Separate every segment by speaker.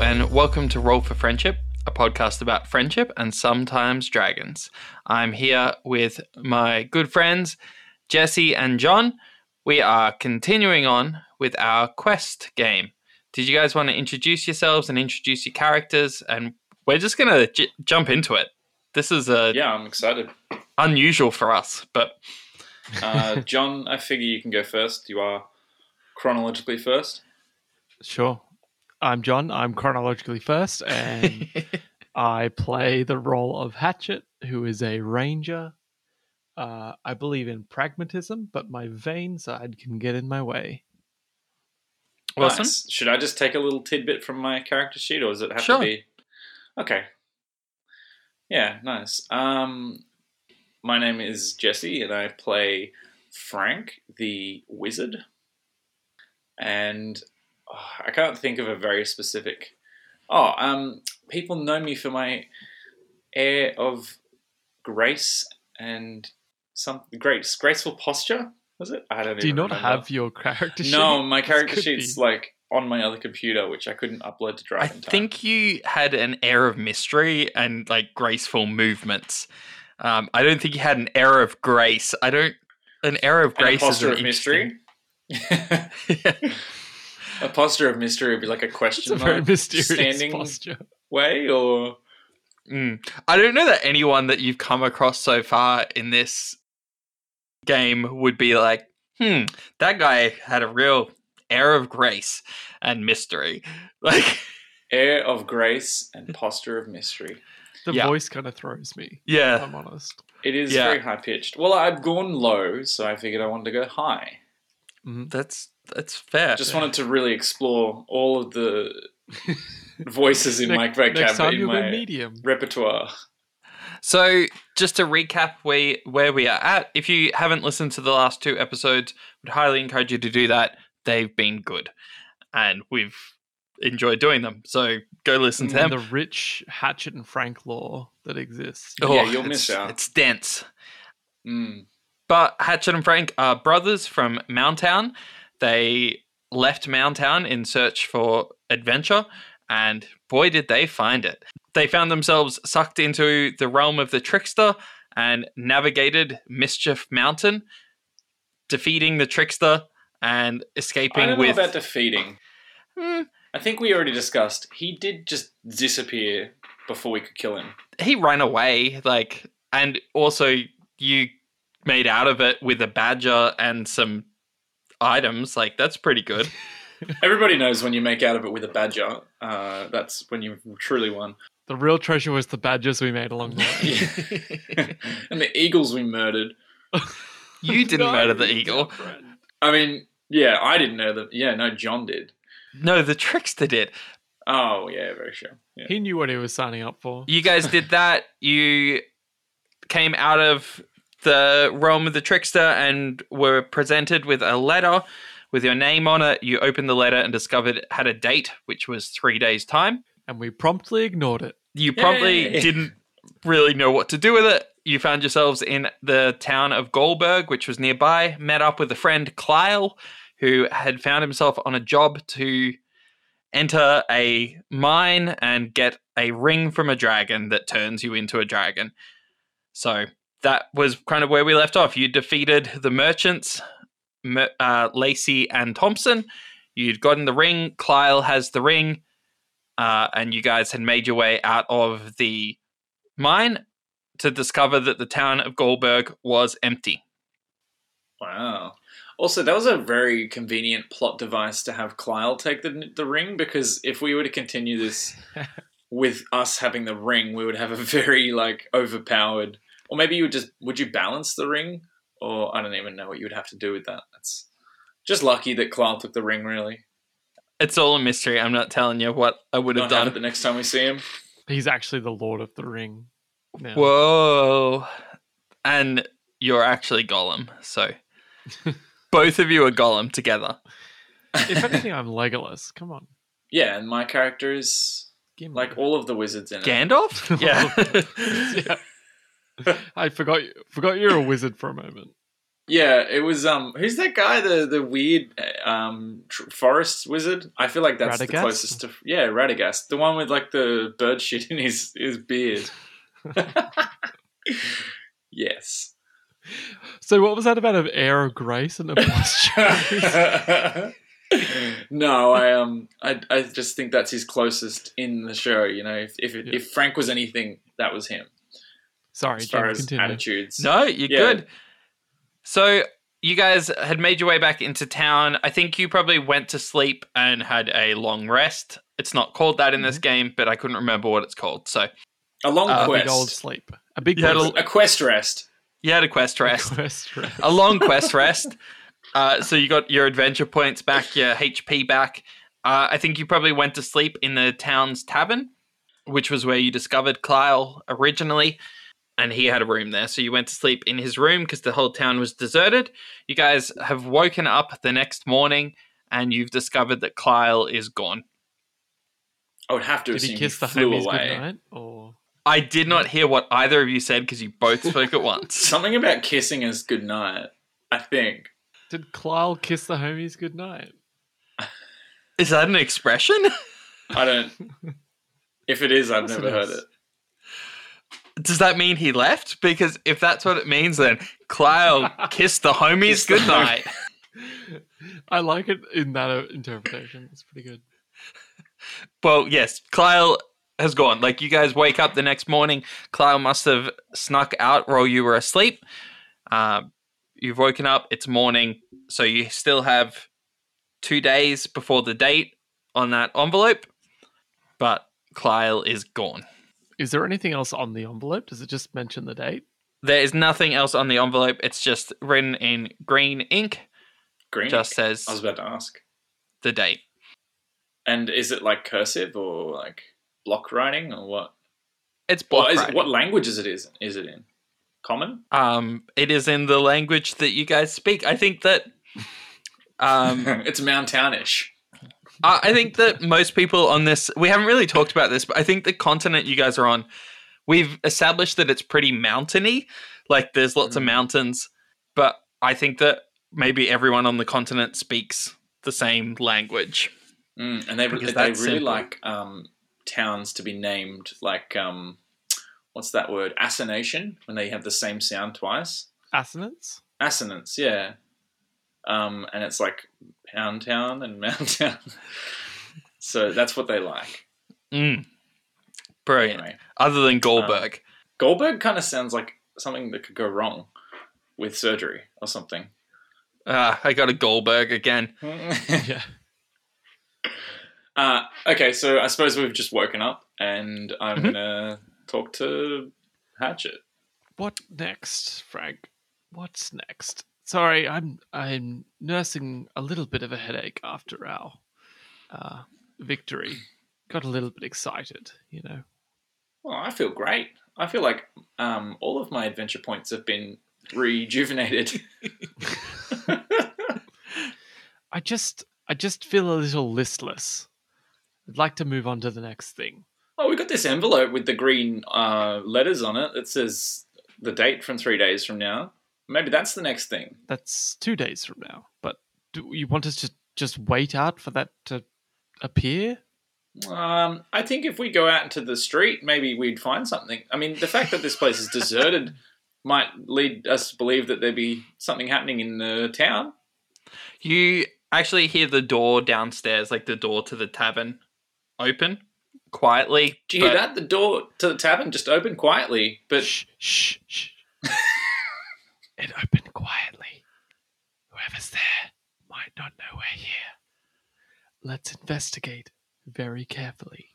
Speaker 1: and welcome to Roll for Friendship, a podcast about friendship and sometimes dragons. I'm here with my good friends, Jesse and John. We are continuing on with our quest game. Did you guys want to introduce yourselves and introduce your characters? And we're just going to j- jump into it. This is uh,
Speaker 2: Yeah, I'm excited.
Speaker 1: unusual for us, but
Speaker 2: Uh, John, I figure you can go first. You are chronologically first.
Speaker 3: Sure. I'm John. I'm chronologically first, and I play the role of Hatchet, who is a ranger. Uh, I believe in pragmatism, but my vain side can get in my way.
Speaker 1: Wilson?
Speaker 2: Nice. Should I just take a little tidbit from my character sheet, or does it have
Speaker 1: Sure.
Speaker 2: to be? Okay. Yeah, nice. Um, my name is Jesse, and I play Frank, the wizard. And oh, I can't think of a very specific. Oh, um, people know me for my air of grace and some great graceful posture. Was it? I don't.
Speaker 3: Do you
Speaker 2: even
Speaker 3: not
Speaker 2: remember.
Speaker 3: have your character sheet?
Speaker 2: No, my
Speaker 3: This
Speaker 2: character
Speaker 3: could
Speaker 2: sheet's
Speaker 3: be-
Speaker 2: like on my other computer, which I couldn't upload to Drive.
Speaker 1: I
Speaker 2: in time.
Speaker 1: think you had an air of mystery and like graceful movements. Um, I don't think you had an air of grace. I don't. An air of
Speaker 2: And
Speaker 1: grace
Speaker 2: a
Speaker 1: is an
Speaker 2: posture of mystery.
Speaker 1: interesting-
Speaker 2: a posture of mystery would be like a
Speaker 3: It's
Speaker 2: question
Speaker 3: a very
Speaker 2: mark
Speaker 3: mysterious
Speaker 2: standing-
Speaker 3: posture.
Speaker 2: way, or
Speaker 1: Mm. I don't know that anyone that you've come across so far in this game would be like, "Hmm, that guy had a real air of grace and mystery." Like,
Speaker 2: air of grace and posture of mystery.
Speaker 3: The
Speaker 1: Yeah.
Speaker 3: voice kind of throws me. if
Speaker 2: Um,
Speaker 1: yeah,
Speaker 3: I'm honest.
Speaker 2: It is
Speaker 1: Yeah.
Speaker 2: very high pitched. Well, I've gone low, so I figured I wanted to go high.
Speaker 3: Mm-hmm.
Speaker 1: that's that's fair.
Speaker 2: Just wanted to really explore all of the voices in my
Speaker 3: Next- next
Speaker 2: vocab
Speaker 3: time
Speaker 2: in
Speaker 3: you'll
Speaker 2: my
Speaker 3: be medium.
Speaker 2: repertoire.
Speaker 1: So, just to recap we, where we are at, if you haven't listened to the last two episodes, would highly encourage you to do that. They've been good, and we've enjoyed doing them. So, go listen to
Speaker 2: Mm.
Speaker 3: And
Speaker 1: them.
Speaker 3: the rich Hatchet and Frank lore that exists.
Speaker 2: Yeah, you'll
Speaker 1: it's-
Speaker 2: miss out.
Speaker 1: It's dense.
Speaker 2: Mm.
Speaker 1: But Hatchet and Frank are brothers from Mountown. They left Mountown in search for adventure, and boy, did they find it. They found themselves sucked into the realm of the trickster and navigated Mischief Mountain, defeating the trickster and
Speaker 2: I
Speaker 1: escaping
Speaker 2: don't know
Speaker 1: with.
Speaker 2: about defeating.
Speaker 1: Hmm,
Speaker 2: I think we already discussed he did just disappear before we could kill him.
Speaker 1: he ran away, like, and also you made out of it with a badger and some items. Like, that's pretty good.
Speaker 2: Everybody knows when you make out of it with a badger, uh, that's when you've truly won.
Speaker 3: The real treasure was the badges we made along the way.
Speaker 2: and the eagles we murdered.
Speaker 1: You didn't
Speaker 3: No,
Speaker 1: murder the
Speaker 3: you
Speaker 1: eagle.
Speaker 2: I mean, yeah, I didn't know that. Yeah, no, John did.
Speaker 1: No, the trickster did.
Speaker 2: Oh, yeah, very sure. Yeah.
Speaker 3: He knew what he was signing up for.
Speaker 1: You guys did that. You came out of the realm of the trickster and were presented with a letter with your name on it. You opened the letter and discovered it had a date, which was three days' time.
Speaker 3: And we promptly ignored it.
Speaker 1: You probably
Speaker 2: Yay.
Speaker 1: didn't really know what to do with it. You found yourselves in the town of Goldberg, which was nearby, met up with a friend, Clile, who had found himself on a job to enter a mine and get a ring from a dragon that turns you into a dragon. So that was kind of where we left off. You defeated the merchants, Mer- uh, Lacey and Thompson. You'd gotten the ring. Clile has the ring. Uh, and you guys had made your way out of the mine to discover that the town of Goldberg was empty.
Speaker 2: Wow. Also, that was a very convenient plot device to have Clile take the, the ring because if we were to continue this with us having the ring, we would have a very like overpowered. Or maybe you would just would you balance the ring? Or I don't even know what you would have to do with that. It's just lucky that Clile took the ring. Really,
Speaker 1: It's all a mystery. I'm not telling you what I would have
Speaker 2: not have it
Speaker 1: done.
Speaker 2: the next time we see him.
Speaker 3: He's actually the Lord of the Ring. now.
Speaker 1: Whoa. And you're actually Gollum. So both of you are Gollum together.
Speaker 3: if anything, I'm Legolas. Come on.
Speaker 2: Yeah, and my character is
Speaker 3: Give me
Speaker 2: like all of the wizards in it.
Speaker 1: Gandalf? Yeah.
Speaker 3: Yeah. I forgot you, forgot you're a wizard for a moment.
Speaker 2: Yeah, it was um. Who's that guy? The the weird uh, um tr- forest wizard. I feel like that's the
Speaker 3: Radagast?
Speaker 2: closest to yeah Radagast, the one with like the bird shit in his his beard. yes.
Speaker 3: So what was that about an air of grace and a posture?
Speaker 2: no, I um, I I just think that's his closest in the show. You know, if if,
Speaker 3: Yeah.
Speaker 2: if Frank was anything, that was him.
Speaker 3: Sorry,
Speaker 2: As far
Speaker 3: Jim,
Speaker 2: as
Speaker 3: continue.
Speaker 2: attitudes,
Speaker 1: No, you're
Speaker 2: Yeah.
Speaker 1: good. So you guys had made your way back into town. I think you probably went to sleep and had a long rest. It's not called that in this game, but I couldn't remember what it's called. So
Speaker 2: a long
Speaker 1: Uh,
Speaker 3: a big old
Speaker 2: quest,
Speaker 3: sleep. A big
Speaker 1: You had
Speaker 3: old
Speaker 1: a-
Speaker 2: a quest rest.
Speaker 1: you had a quest
Speaker 3: Oh,
Speaker 1: rest.
Speaker 3: quest rest.
Speaker 1: a long quest rest. Uh, so you got your adventure points back, your HP back. Uh, I think you probably went to sleep in the town's tavern, which was where you discovered Clile originally, and he had a room there. So you went to sleep in his room because the whole town was deserted. You guys have woken up the next morning, and you've discovered that Clile is gone.
Speaker 2: I would have to
Speaker 3: Did
Speaker 2: assume
Speaker 3: he kiss the
Speaker 2: flew
Speaker 3: homies
Speaker 2: away.
Speaker 3: goodnight? Or
Speaker 1: I did not hear what either of you said because you both spoke at once.
Speaker 2: Something about kissing is goodnight. I think.
Speaker 3: did Clyle kiss the homies goodnight?
Speaker 1: Is that an expression?
Speaker 2: I don't. If it is, I've
Speaker 3: Of course
Speaker 2: never
Speaker 3: it
Speaker 2: heard
Speaker 3: is.
Speaker 2: it.
Speaker 1: Does that mean he left? Because if that's what it means, then Clyle kissed the homies
Speaker 2: Kissed the
Speaker 1: goodnight.
Speaker 3: I like it in that uh, interpretation. It's pretty good.
Speaker 1: well, yes, Clyle has gone. Like you guys wake up the next morning, Clyle must have snuck out while you were asleep. Uh, you've woken up. It's morning, so you still have two days before the date on that envelope. But Clyle is gone.
Speaker 3: Is there anything else on the envelope? Does it just mention the date?
Speaker 1: There is nothing else on the envelope. It's just written in green ink.
Speaker 2: Green.
Speaker 1: Just says
Speaker 2: I was about to ask.
Speaker 1: the date.
Speaker 2: And is it like cursive or like block writing or what?
Speaker 1: It's
Speaker 2: Or
Speaker 1: block
Speaker 2: is it-
Speaker 1: writing.
Speaker 2: what language is it is is it in? Common.
Speaker 1: Um, it is in the language that you guys speak. I think that, um,
Speaker 2: it's Mountownish.
Speaker 1: I I think that most people on this, we haven't really talked about this, but I think the continent you guys are on, we've established that it's pretty mountainy. Like there's lots of
Speaker 2: Mm.
Speaker 1: mountains, but I think that maybe everyone on the continent speaks the same language.
Speaker 2: Mm, and they
Speaker 1: Because
Speaker 2: they really
Speaker 1: that's simple.
Speaker 2: like um, towns to be named like um, what's that word? Assonation when they have the same sound twice.
Speaker 3: Assonance?
Speaker 2: assonance, yeah. Um, and it's like Pound Town and Mount Town. so that's what they like.
Speaker 1: Mm. Brilliant.
Speaker 2: Anyway,
Speaker 1: Other than Goldberg.
Speaker 2: Goldberg kind of sounds like something that could go wrong with surgery or something.
Speaker 1: Ah, I got a Goldberg again.
Speaker 2: uh,
Speaker 3: Yeah.
Speaker 2: okay, so I suppose we've just woken up and I'm
Speaker 1: Mhm.
Speaker 2: gonna talk to Hatchet.
Speaker 3: What next, Frank? What's next? Sorry, I'm I'm nursing a little bit of a headache after our uh, victory. Got a little bit excited, you know.
Speaker 2: Well, I feel great. I feel like um, all of my adventure points have been rejuvenated.
Speaker 3: I just I just feel a little listless. I'd like to move on to the next thing.
Speaker 2: Oh, we got this envelope with the green uh, letters on it that says the date from three days from now. Maybe that's the next thing.
Speaker 3: That's two days from now. But do you want us to just wait out for that to appear?
Speaker 2: Um, I think if we go out into the street, maybe we'd find something. I mean, the fact that this place is deserted might lead us to believe that there'd be something happening in the town.
Speaker 1: You actually hear the door downstairs, like the door to the tavern, open quietly.
Speaker 2: Do you hear
Speaker 1: but-
Speaker 2: that? The door to the tavern just opened quietly, but
Speaker 3: shh, shh, shh. it opened quietly. Whoever's there might not know we're here. Let's investigate very carefully.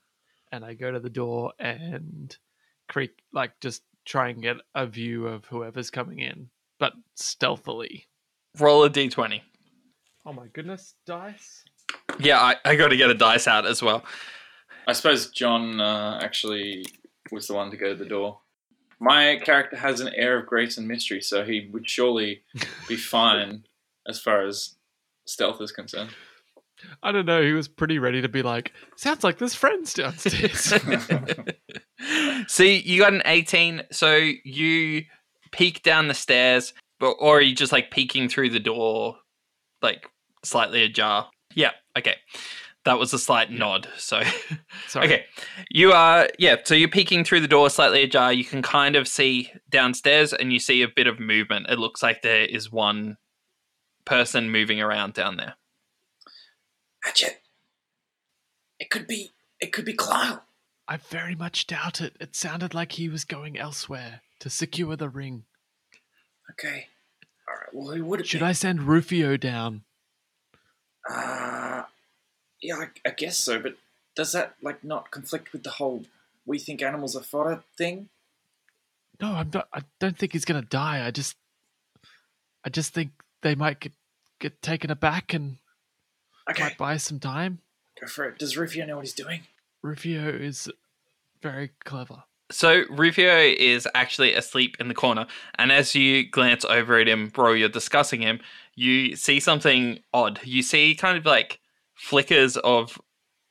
Speaker 3: And I go to the door and creak, like just try and get a view of whoever's coming in, but stealthily.
Speaker 1: Roll a d20.
Speaker 3: Oh my goodness, dice.
Speaker 1: Yeah, I, I got to get a dice out as well.
Speaker 2: I suppose John uh, actually was the one to go to the door. My character has an air of grace and mystery, so he would surely be fine as far as stealth is concerned.
Speaker 3: I don't know, he was pretty ready to be like, sounds like there's friends downstairs.
Speaker 1: See, you got an 18, so you peek down the stairs But or are you just like peeking through the door, like slightly ajar? Yeah. Okay. That was a slight nod. So
Speaker 3: Sorry.
Speaker 1: Okay. You are, yeah, so you're peeking through the door slightly ajar. You can kind of see downstairs and you see a bit of movement. It looks like there is one person moving around down there.
Speaker 2: Hatchet. It could be. It could be Clyle.
Speaker 3: I very much doubt it. It sounded like he was going elsewhere to secure the ring.
Speaker 2: Okay. All right. Well, who would it
Speaker 3: Should
Speaker 2: be?
Speaker 3: I send Rufio down?
Speaker 2: Uh, yeah, I, I guess so. But does that like not conflict with the whole "we think animals are fodder" thing?
Speaker 3: No, I'm not. I don't think he's gonna die. I just, I just think they might get, get taken aback and
Speaker 2: Okay,
Speaker 3: might buy some time.
Speaker 2: go for it. Does Rufio know what he's doing?
Speaker 3: Rufio is very clever.
Speaker 1: So Rufio is actually asleep in the corner. And as you glance over at him, bro, you're discussing him, you see something odd. You see kind of like flickers of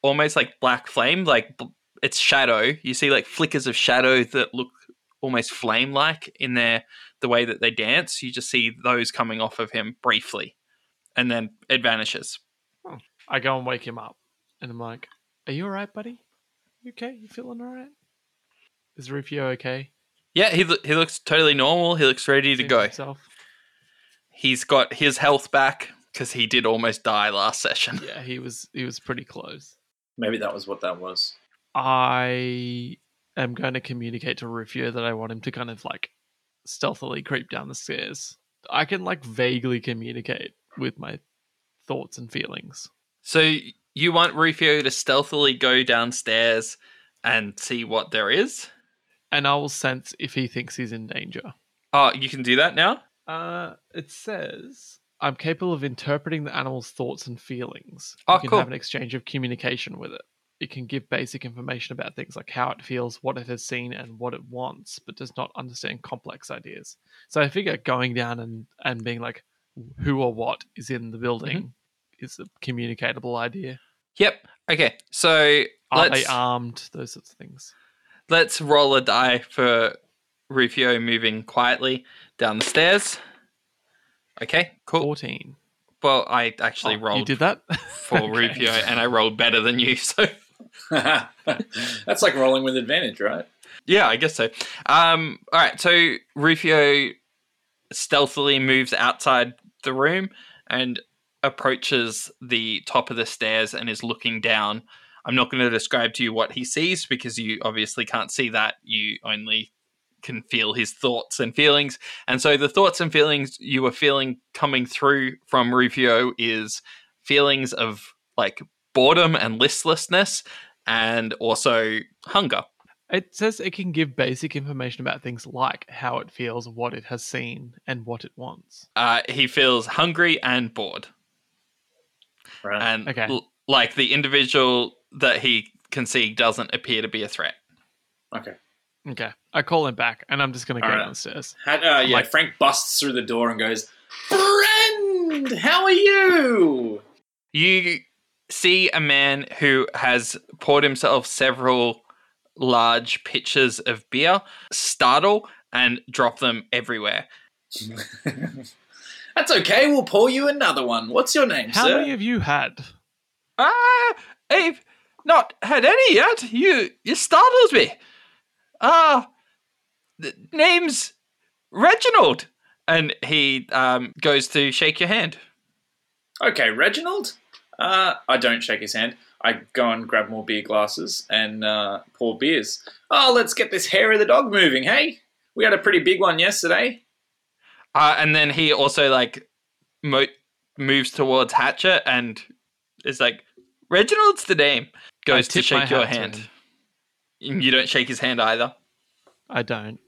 Speaker 1: almost like black flame, like bl- it's shadow. You see like flickers of shadow that look almost flame like in their the way that they dance. You just see those coming off of him briefly. And then it vanishes.
Speaker 3: I go and wake him up, and I'm like, "Are you all right, buddy? You okay? You feeling all right? Is Rufio okay?
Speaker 1: Yeah, he, lo- he looks totally normal. He looks ready to
Speaker 3: Seems
Speaker 1: go.
Speaker 3: Himself?
Speaker 1: He's got his health back because he did almost die last session.
Speaker 3: Yeah, he was. He was pretty close.
Speaker 2: Maybe that was what that was.
Speaker 3: I am going to communicate to Rufio that I want him to kind of like stealthily creep down the stairs. I can like vaguely communicate with my thoughts and feelings.
Speaker 1: So you want Rufio to stealthily go downstairs and see what there is?
Speaker 3: And I will sense if he thinks he's in danger.
Speaker 1: Oh, you can do that now?
Speaker 3: Uh, it says I'm capable of interpreting the animal's thoughts and feelings.
Speaker 1: Oh,
Speaker 3: you can
Speaker 1: cool.
Speaker 3: have an exchange of communication with it. It can give basic information about things like how it feels, what it has seen, and what it wants, but does not understand complex ideas. So I figure going down and, and being like, who or what is in
Speaker 1: Mm-hmm.
Speaker 3: the building is a communicatable idea.
Speaker 1: Yep. Okay. So
Speaker 3: Are
Speaker 1: let's
Speaker 3: they armed? Those sorts of things.
Speaker 1: let's roll a die for Rufio moving quietly down the stairs. Okay, cool.
Speaker 3: 14.
Speaker 1: Well, I actually
Speaker 3: Oh,
Speaker 1: rolled
Speaker 3: You did that?
Speaker 1: for
Speaker 3: Okay.
Speaker 1: Rufio and I rolled better than you, so
Speaker 2: That's like rolling with advantage, right?
Speaker 1: Yeah, I guess so. Um, all right, so Rufio stealthily moves outside the room and approaches the top of the stairs and is looking down. I'm not going to describe to you what he sees because you obviously can't see that. You only can feel his thoughts and feelings. And so the thoughts and feelings you were feeling coming through from Rufio is feelings of like boredom and listlessness and also hunger.
Speaker 3: It says it can give basic information about things like how it feels, what it has seen, and what it wants.
Speaker 1: Uh, he feels hungry and bored,
Speaker 2: Right.
Speaker 1: and
Speaker 3: Okay.
Speaker 1: l- like the individual that he can see doesn't appear to be a threat.
Speaker 2: okay.
Speaker 3: Okay. I call him back and I'm just going to go
Speaker 2: Alright.
Speaker 3: downstairs.
Speaker 2: Had, uh, yeah,
Speaker 1: Like-
Speaker 2: Frank busts through the door and goes, "Friend, how are you?"
Speaker 1: You see a man who has poured himself several large pitchers of beer, startle and drop them everywhere.
Speaker 2: That's okay. We'll pour you another one. What's your name,
Speaker 3: How
Speaker 2: sir?
Speaker 3: many have you had?
Speaker 1: Ah, I've not had any yet. You you startled me. Ah, the name's Reginald, and he um, goes to shake your hand.
Speaker 2: Okay, Reginald. Uh, I don't shake his hand. I go and grab more beer glasses and uh, pour beers. Oh, let's get this hair of the dog moving, hey? We had a pretty big one yesterday.
Speaker 1: Uh, and then he also like mo- moves towards Hatcher and is like, "Reginald's the name." Goes
Speaker 3: I
Speaker 1: to
Speaker 3: tip my
Speaker 1: shake your
Speaker 3: hat to
Speaker 1: hand.
Speaker 3: him.
Speaker 1: And You don't shake his hand either.
Speaker 3: I don't.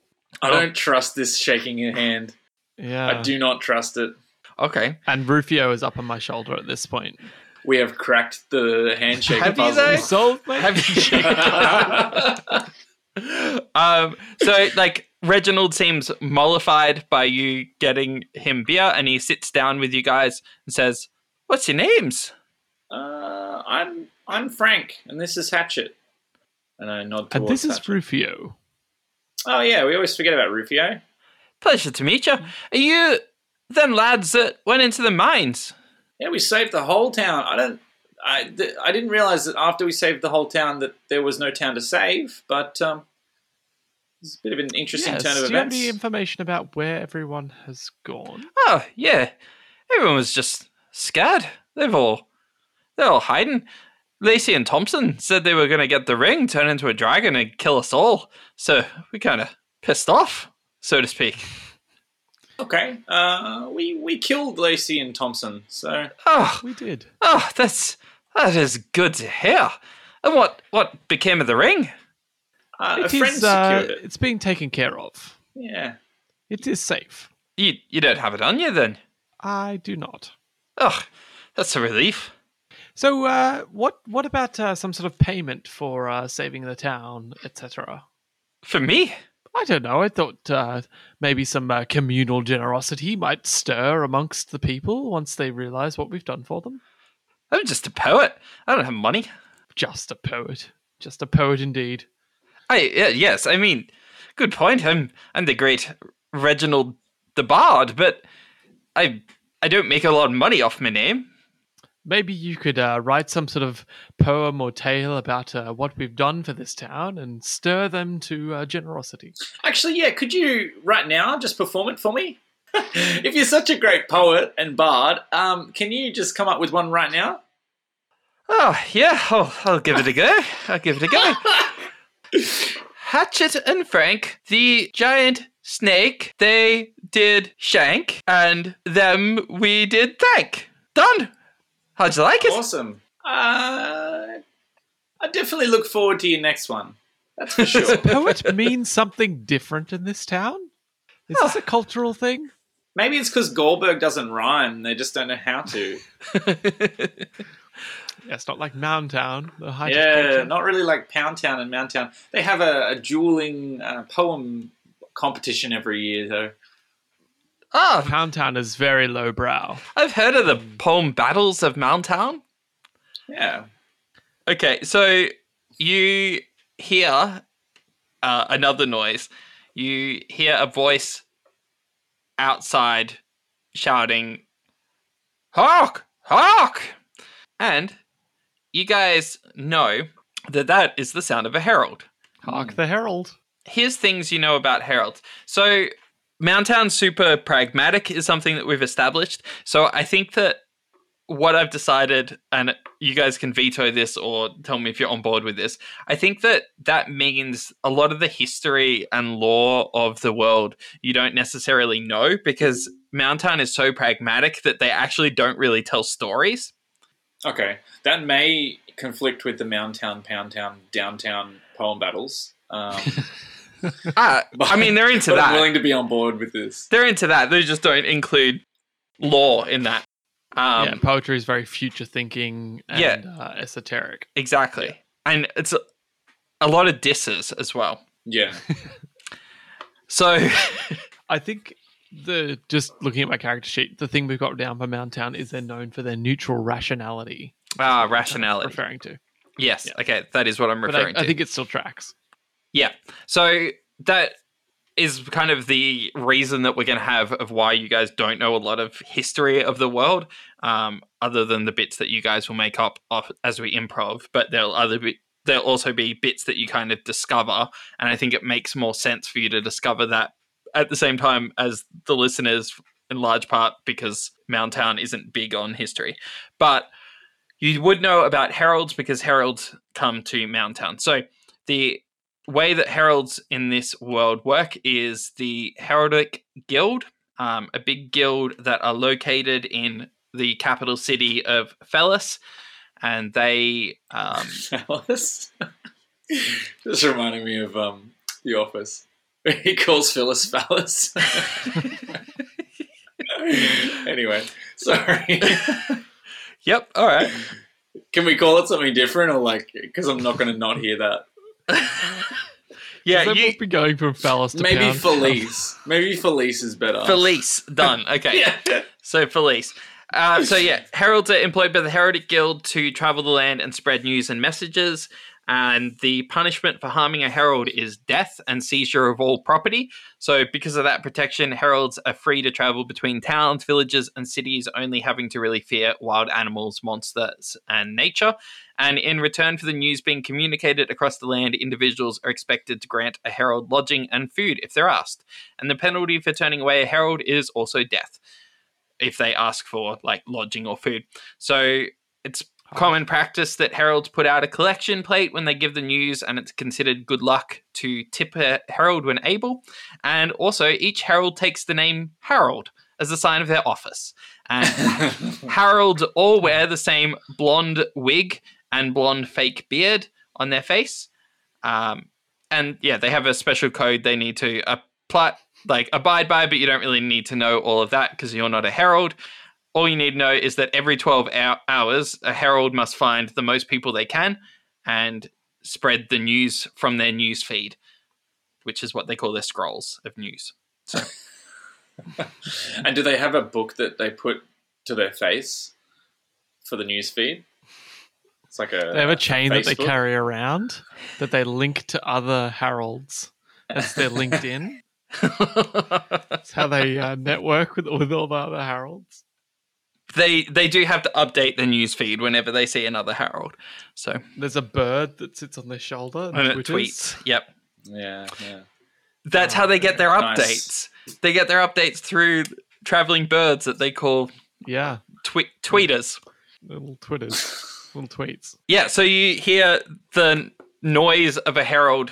Speaker 2: I
Speaker 1: Oh.
Speaker 2: don't trust this shaking your hand.
Speaker 3: Yeah.
Speaker 2: I do not trust it.
Speaker 1: Okay.
Speaker 3: And Rufio is up on my shoulder at this point.
Speaker 2: We have cracked the handshake
Speaker 1: Have you,
Speaker 2: puzzle.
Speaker 1: though?
Speaker 3: You solved my
Speaker 1: Have you? um, so like Reginald seems mollified by you getting him beer, and he sits down with you guys and says, "What's your names?"
Speaker 2: uh, I'm I'm Frank, and this is Hatchet. And I nod
Speaker 3: And
Speaker 2: towards
Speaker 3: this is
Speaker 2: Hatchet.
Speaker 3: Rufio.
Speaker 2: oh yeah, we always forget about Rufio.
Speaker 1: Pleasure to meet you. Are you Them lads that went into the mines.
Speaker 2: Yeah, we saved the whole town. I don't. I, th- I didn't realize that after we saved the whole town that there was no town to save, but um, it's a bit of an interesting
Speaker 3: Yes,
Speaker 2: turn of
Speaker 3: do you have
Speaker 2: events.
Speaker 3: any information about where everyone has gone?
Speaker 1: Oh yeah, everyone was just scared. They've all they're all hiding. Lacey and Thompson said they were going to get the ring, turn into a dragon, and kill us all. So we kind of pissed off, so to speak.
Speaker 2: Okay, uh, we we killed Lacey and Thompson, so
Speaker 1: Oh,
Speaker 3: We did.
Speaker 1: oh, that's that is good to hear. And what what became of the ring?
Speaker 2: uh, a
Speaker 3: It
Speaker 2: friend
Speaker 3: is, uh,
Speaker 2: secured it.
Speaker 3: it's being taken care of.
Speaker 2: Yeah,
Speaker 3: It is safe.
Speaker 1: You you don't have it on you then.
Speaker 3: I do not.
Speaker 1: Oh, that's a relief.
Speaker 3: So, uh, what what about uh, some sort of payment for uh, saving the town, etc.?
Speaker 1: For me?
Speaker 3: I don't know. I thought uh, maybe some uh, communal generosity might stir amongst the people once they realize what we've done for them.
Speaker 1: I'm just a poet. I don't have money.
Speaker 3: Just a poet, just a poet indeed.
Speaker 1: I yeah, yes, I mean, good point. I'm I'm the great Reginald the Bard, but I I don't make a lot of money off my name.
Speaker 3: Maybe you could uh, write some sort of poem or tale about uh, what we've done for this town and stir them to uh, generosity.
Speaker 2: actually, yeah. Could you right now just perform it for me? if you're such a great poet and bard, um, can you just come up with one right now?
Speaker 1: Oh yeah, I'll, I'll give it a go. I'll give it a go. Hatchet and Frank, the giant snake, they did shank, and them we did thank. Done. How'd you like it?
Speaker 2: Awesome. Uh, I definitely look forward to your next one. That's for sure.
Speaker 3: Poet means something different in this town. Is this a cultural thing?
Speaker 2: Maybe it's because Goldberg doesn't rhyme; they just don't know how to.
Speaker 3: Yeah, it's not like Mountown, the height of
Speaker 2: yeah,
Speaker 3: culture.
Speaker 2: not really like Pound Town and Mount Town. They have a, a dueling uh, poem competition every year, though.
Speaker 1: Ah,
Speaker 3: Pound Town is very lowbrow.
Speaker 1: I've heard of the poem battles of Mountown.
Speaker 2: Yeah,
Speaker 1: Okay, so you hear uh, another noise. You hear a voice outside shouting, Hark! Hark! And you guys know that that is the sound of a herald.
Speaker 3: Hark the Herald.
Speaker 1: Here's things you know about heralds. So, Mountown super pragmatic is something that we've established. So, I think that what I've decided, and you guys can veto this or tell me if you're on board with this. I think that that means a lot of the history and lore of the world you don't necessarily know because Mountown is so pragmatic that they actually don't really tell stories.
Speaker 2: okay. That may conflict with the Mount Town, Pound Town, Downtown poem battles. Um,
Speaker 1: Ah, I mean, they're into
Speaker 2: but I'm
Speaker 1: that.
Speaker 2: willing to be on board with this.
Speaker 1: they're into that. They just don't include lore in that. Um,
Speaker 3: yeah, poetry is very future thinking and
Speaker 1: Yeah.
Speaker 3: uh, esoteric.
Speaker 1: Exactly. And it's a, a lot of disses as well.
Speaker 2: Yeah,
Speaker 1: So,
Speaker 3: I think the just looking at my character sheet, the thing we've got down for Mountown is they're known for their neutral rationality.
Speaker 1: ah, rationality.
Speaker 3: Referring to,
Speaker 1: Yes.
Speaker 3: Yeah.
Speaker 1: Okay. That is what I'm
Speaker 3: but
Speaker 1: referring
Speaker 3: I, I
Speaker 1: to.
Speaker 3: think it still tracks.
Speaker 1: Yeah. So that is kind of the reason that we're going to have of why you guys don't know a lot of history of the world, um, other than the bits that you guys will make up off as we improv. But there'll other be, there'll also be bits that you kind of discover, and I think it makes more sense for you to discover that at the same time as the listeners, in large part because Mountown isn't big on history, but you would know about heralds because heralds come to Mountown. So the way that heralds in this world work is the heraldic guild um, a big guild that are located in the capital city of Phallus, and they um,
Speaker 2: Phyllis. Just reminding me of um, The Office. He calls Phyllis Phyllis. anyway, sorry.
Speaker 1: yep all right
Speaker 2: Can we call it something different, or like, because I'm not going to not hear that.
Speaker 1: yeah
Speaker 3: so
Speaker 1: you
Speaker 3: we'll be going from Phallus to
Speaker 2: Maybe
Speaker 3: Pound.
Speaker 2: Felice. Maybe Felice is better.
Speaker 1: Felice done okay
Speaker 2: Yeah.
Speaker 1: So Felice. Uh, so yeah, heralds are employed by the Heraldic Guild to travel the land and spread news and messages. And the punishment for harming a herald is death and seizure of all property. So, because of that protection, heralds are free to travel between towns, villages, and cities, only having to really fear wild animals, monsters, and nature. And in return for the news being communicated across the land, individuals are expected to grant a herald lodging and food if they're asked. And the penalty for turning away a herald is also death if they ask for like lodging or food. So, it's common practice that heralds put out a collection plate when they give the news and it's considered good luck to tip a herald when able and also each herald takes the name harold as a sign of their office and heralds all wear the same blonde wig and blonde fake beard on their face um, and yeah they have a special code they need to apply like abide by but you don't really need to know all of that because you're not a herald all you need to know is that every 12 hou- hours, a herald must find the most people they can and spread the news from their news feed, which is what they call their scrolls of news.
Speaker 2: and do they have a book that they put to their face for the news feed? It's like a.
Speaker 1: uh,
Speaker 3: They have a chain that they
Speaker 2: Facebook?
Speaker 3: carry around that they link to other heralds. That's their LinkedIn. That's how they uh, network with, with all the other heralds.
Speaker 1: they they do have to update their news feed whenever they see another herald. So
Speaker 3: There's a bird that sits on their shoulder
Speaker 1: and it
Speaker 3: and tweets.
Speaker 1: tweets. Yep.
Speaker 2: Yeah, yeah.
Speaker 1: That's how they get their updates.
Speaker 2: Oh, Nice.
Speaker 1: They get their updates through traveling birds that they call
Speaker 3: Yeah,
Speaker 1: twe- tweeters.
Speaker 3: little twitters, little tweets.
Speaker 1: Yeah, so you hear the noise of a herald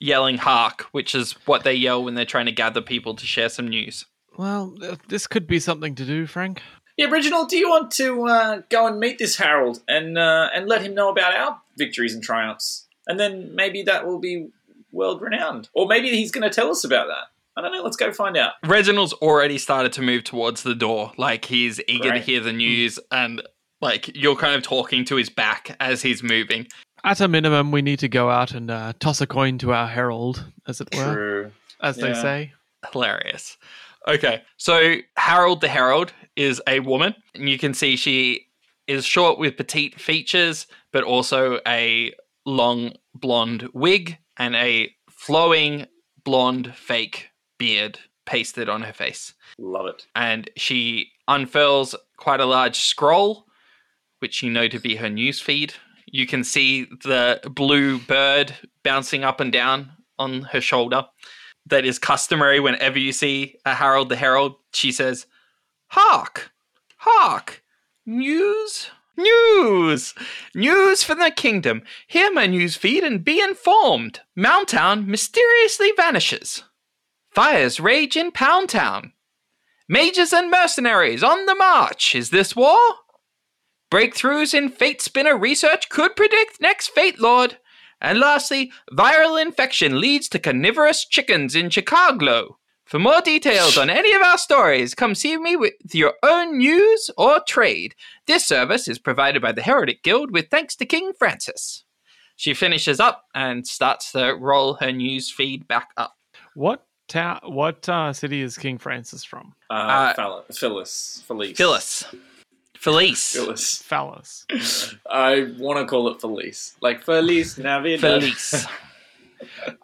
Speaker 1: yelling hark, which is what they yell when they're trying to gather people to share some news.
Speaker 3: Well, th- this could be something to do, Frank.
Speaker 2: Yeah, Reginald, do you want to uh, go and meet this Harold and uh, and let him know about our victories and triumphs, and then maybe that will be world renowned, or maybe he's going to tell us about that. I don't know. Let's go find out.
Speaker 1: Reginald's already started to move towards the door, like he's eager
Speaker 2: Right. Mm.
Speaker 1: to hear the news, and like you're kind of talking to his back as he's moving.
Speaker 3: At a minimum, we need to go out and uh, toss a coin to our herald, as it were,
Speaker 2: True.
Speaker 3: as they
Speaker 2: Yeah.
Speaker 3: say.
Speaker 1: Hilarious. Okay, so Harold the Herald is a woman, and you can see she is short with petite features, but also a long blonde wig and a flowing blonde fake beard pasted on her face.
Speaker 2: Love it.
Speaker 1: And she unfurls quite a large scroll, which you know to be her newsfeed. You can see the blue bird bouncing up and down on her shoulder that is customary whenever you see a Harold the Herald. She says, Hark! Hark! News! News! News from the kingdom! Hear my news feed and be informed! Mountown mysteriously vanishes. Fires rage in Poundtown. Mages and mercenaries on the march. Is this war? Breakthroughs in Fate Spinner research could predict next Fate Lord. And lastly, viral infection leads to carnivorous chickens in Chicago. For more details on any of our stories, come see me with your own news or trade. This service is provided by the Heretic Guild with thanks to King Francis. She finishes up and starts to roll her news feed back up.
Speaker 3: What ta- What uh, city is King Francis from?
Speaker 2: Uh,
Speaker 1: Uh,
Speaker 2: Phil- Phyllis. Felice.
Speaker 1: Phyllis. Felice.
Speaker 2: Phyllis.
Speaker 3: Phallus.
Speaker 2: I want to call it Felice. Like Felice Navidad.
Speaker 1: Felice.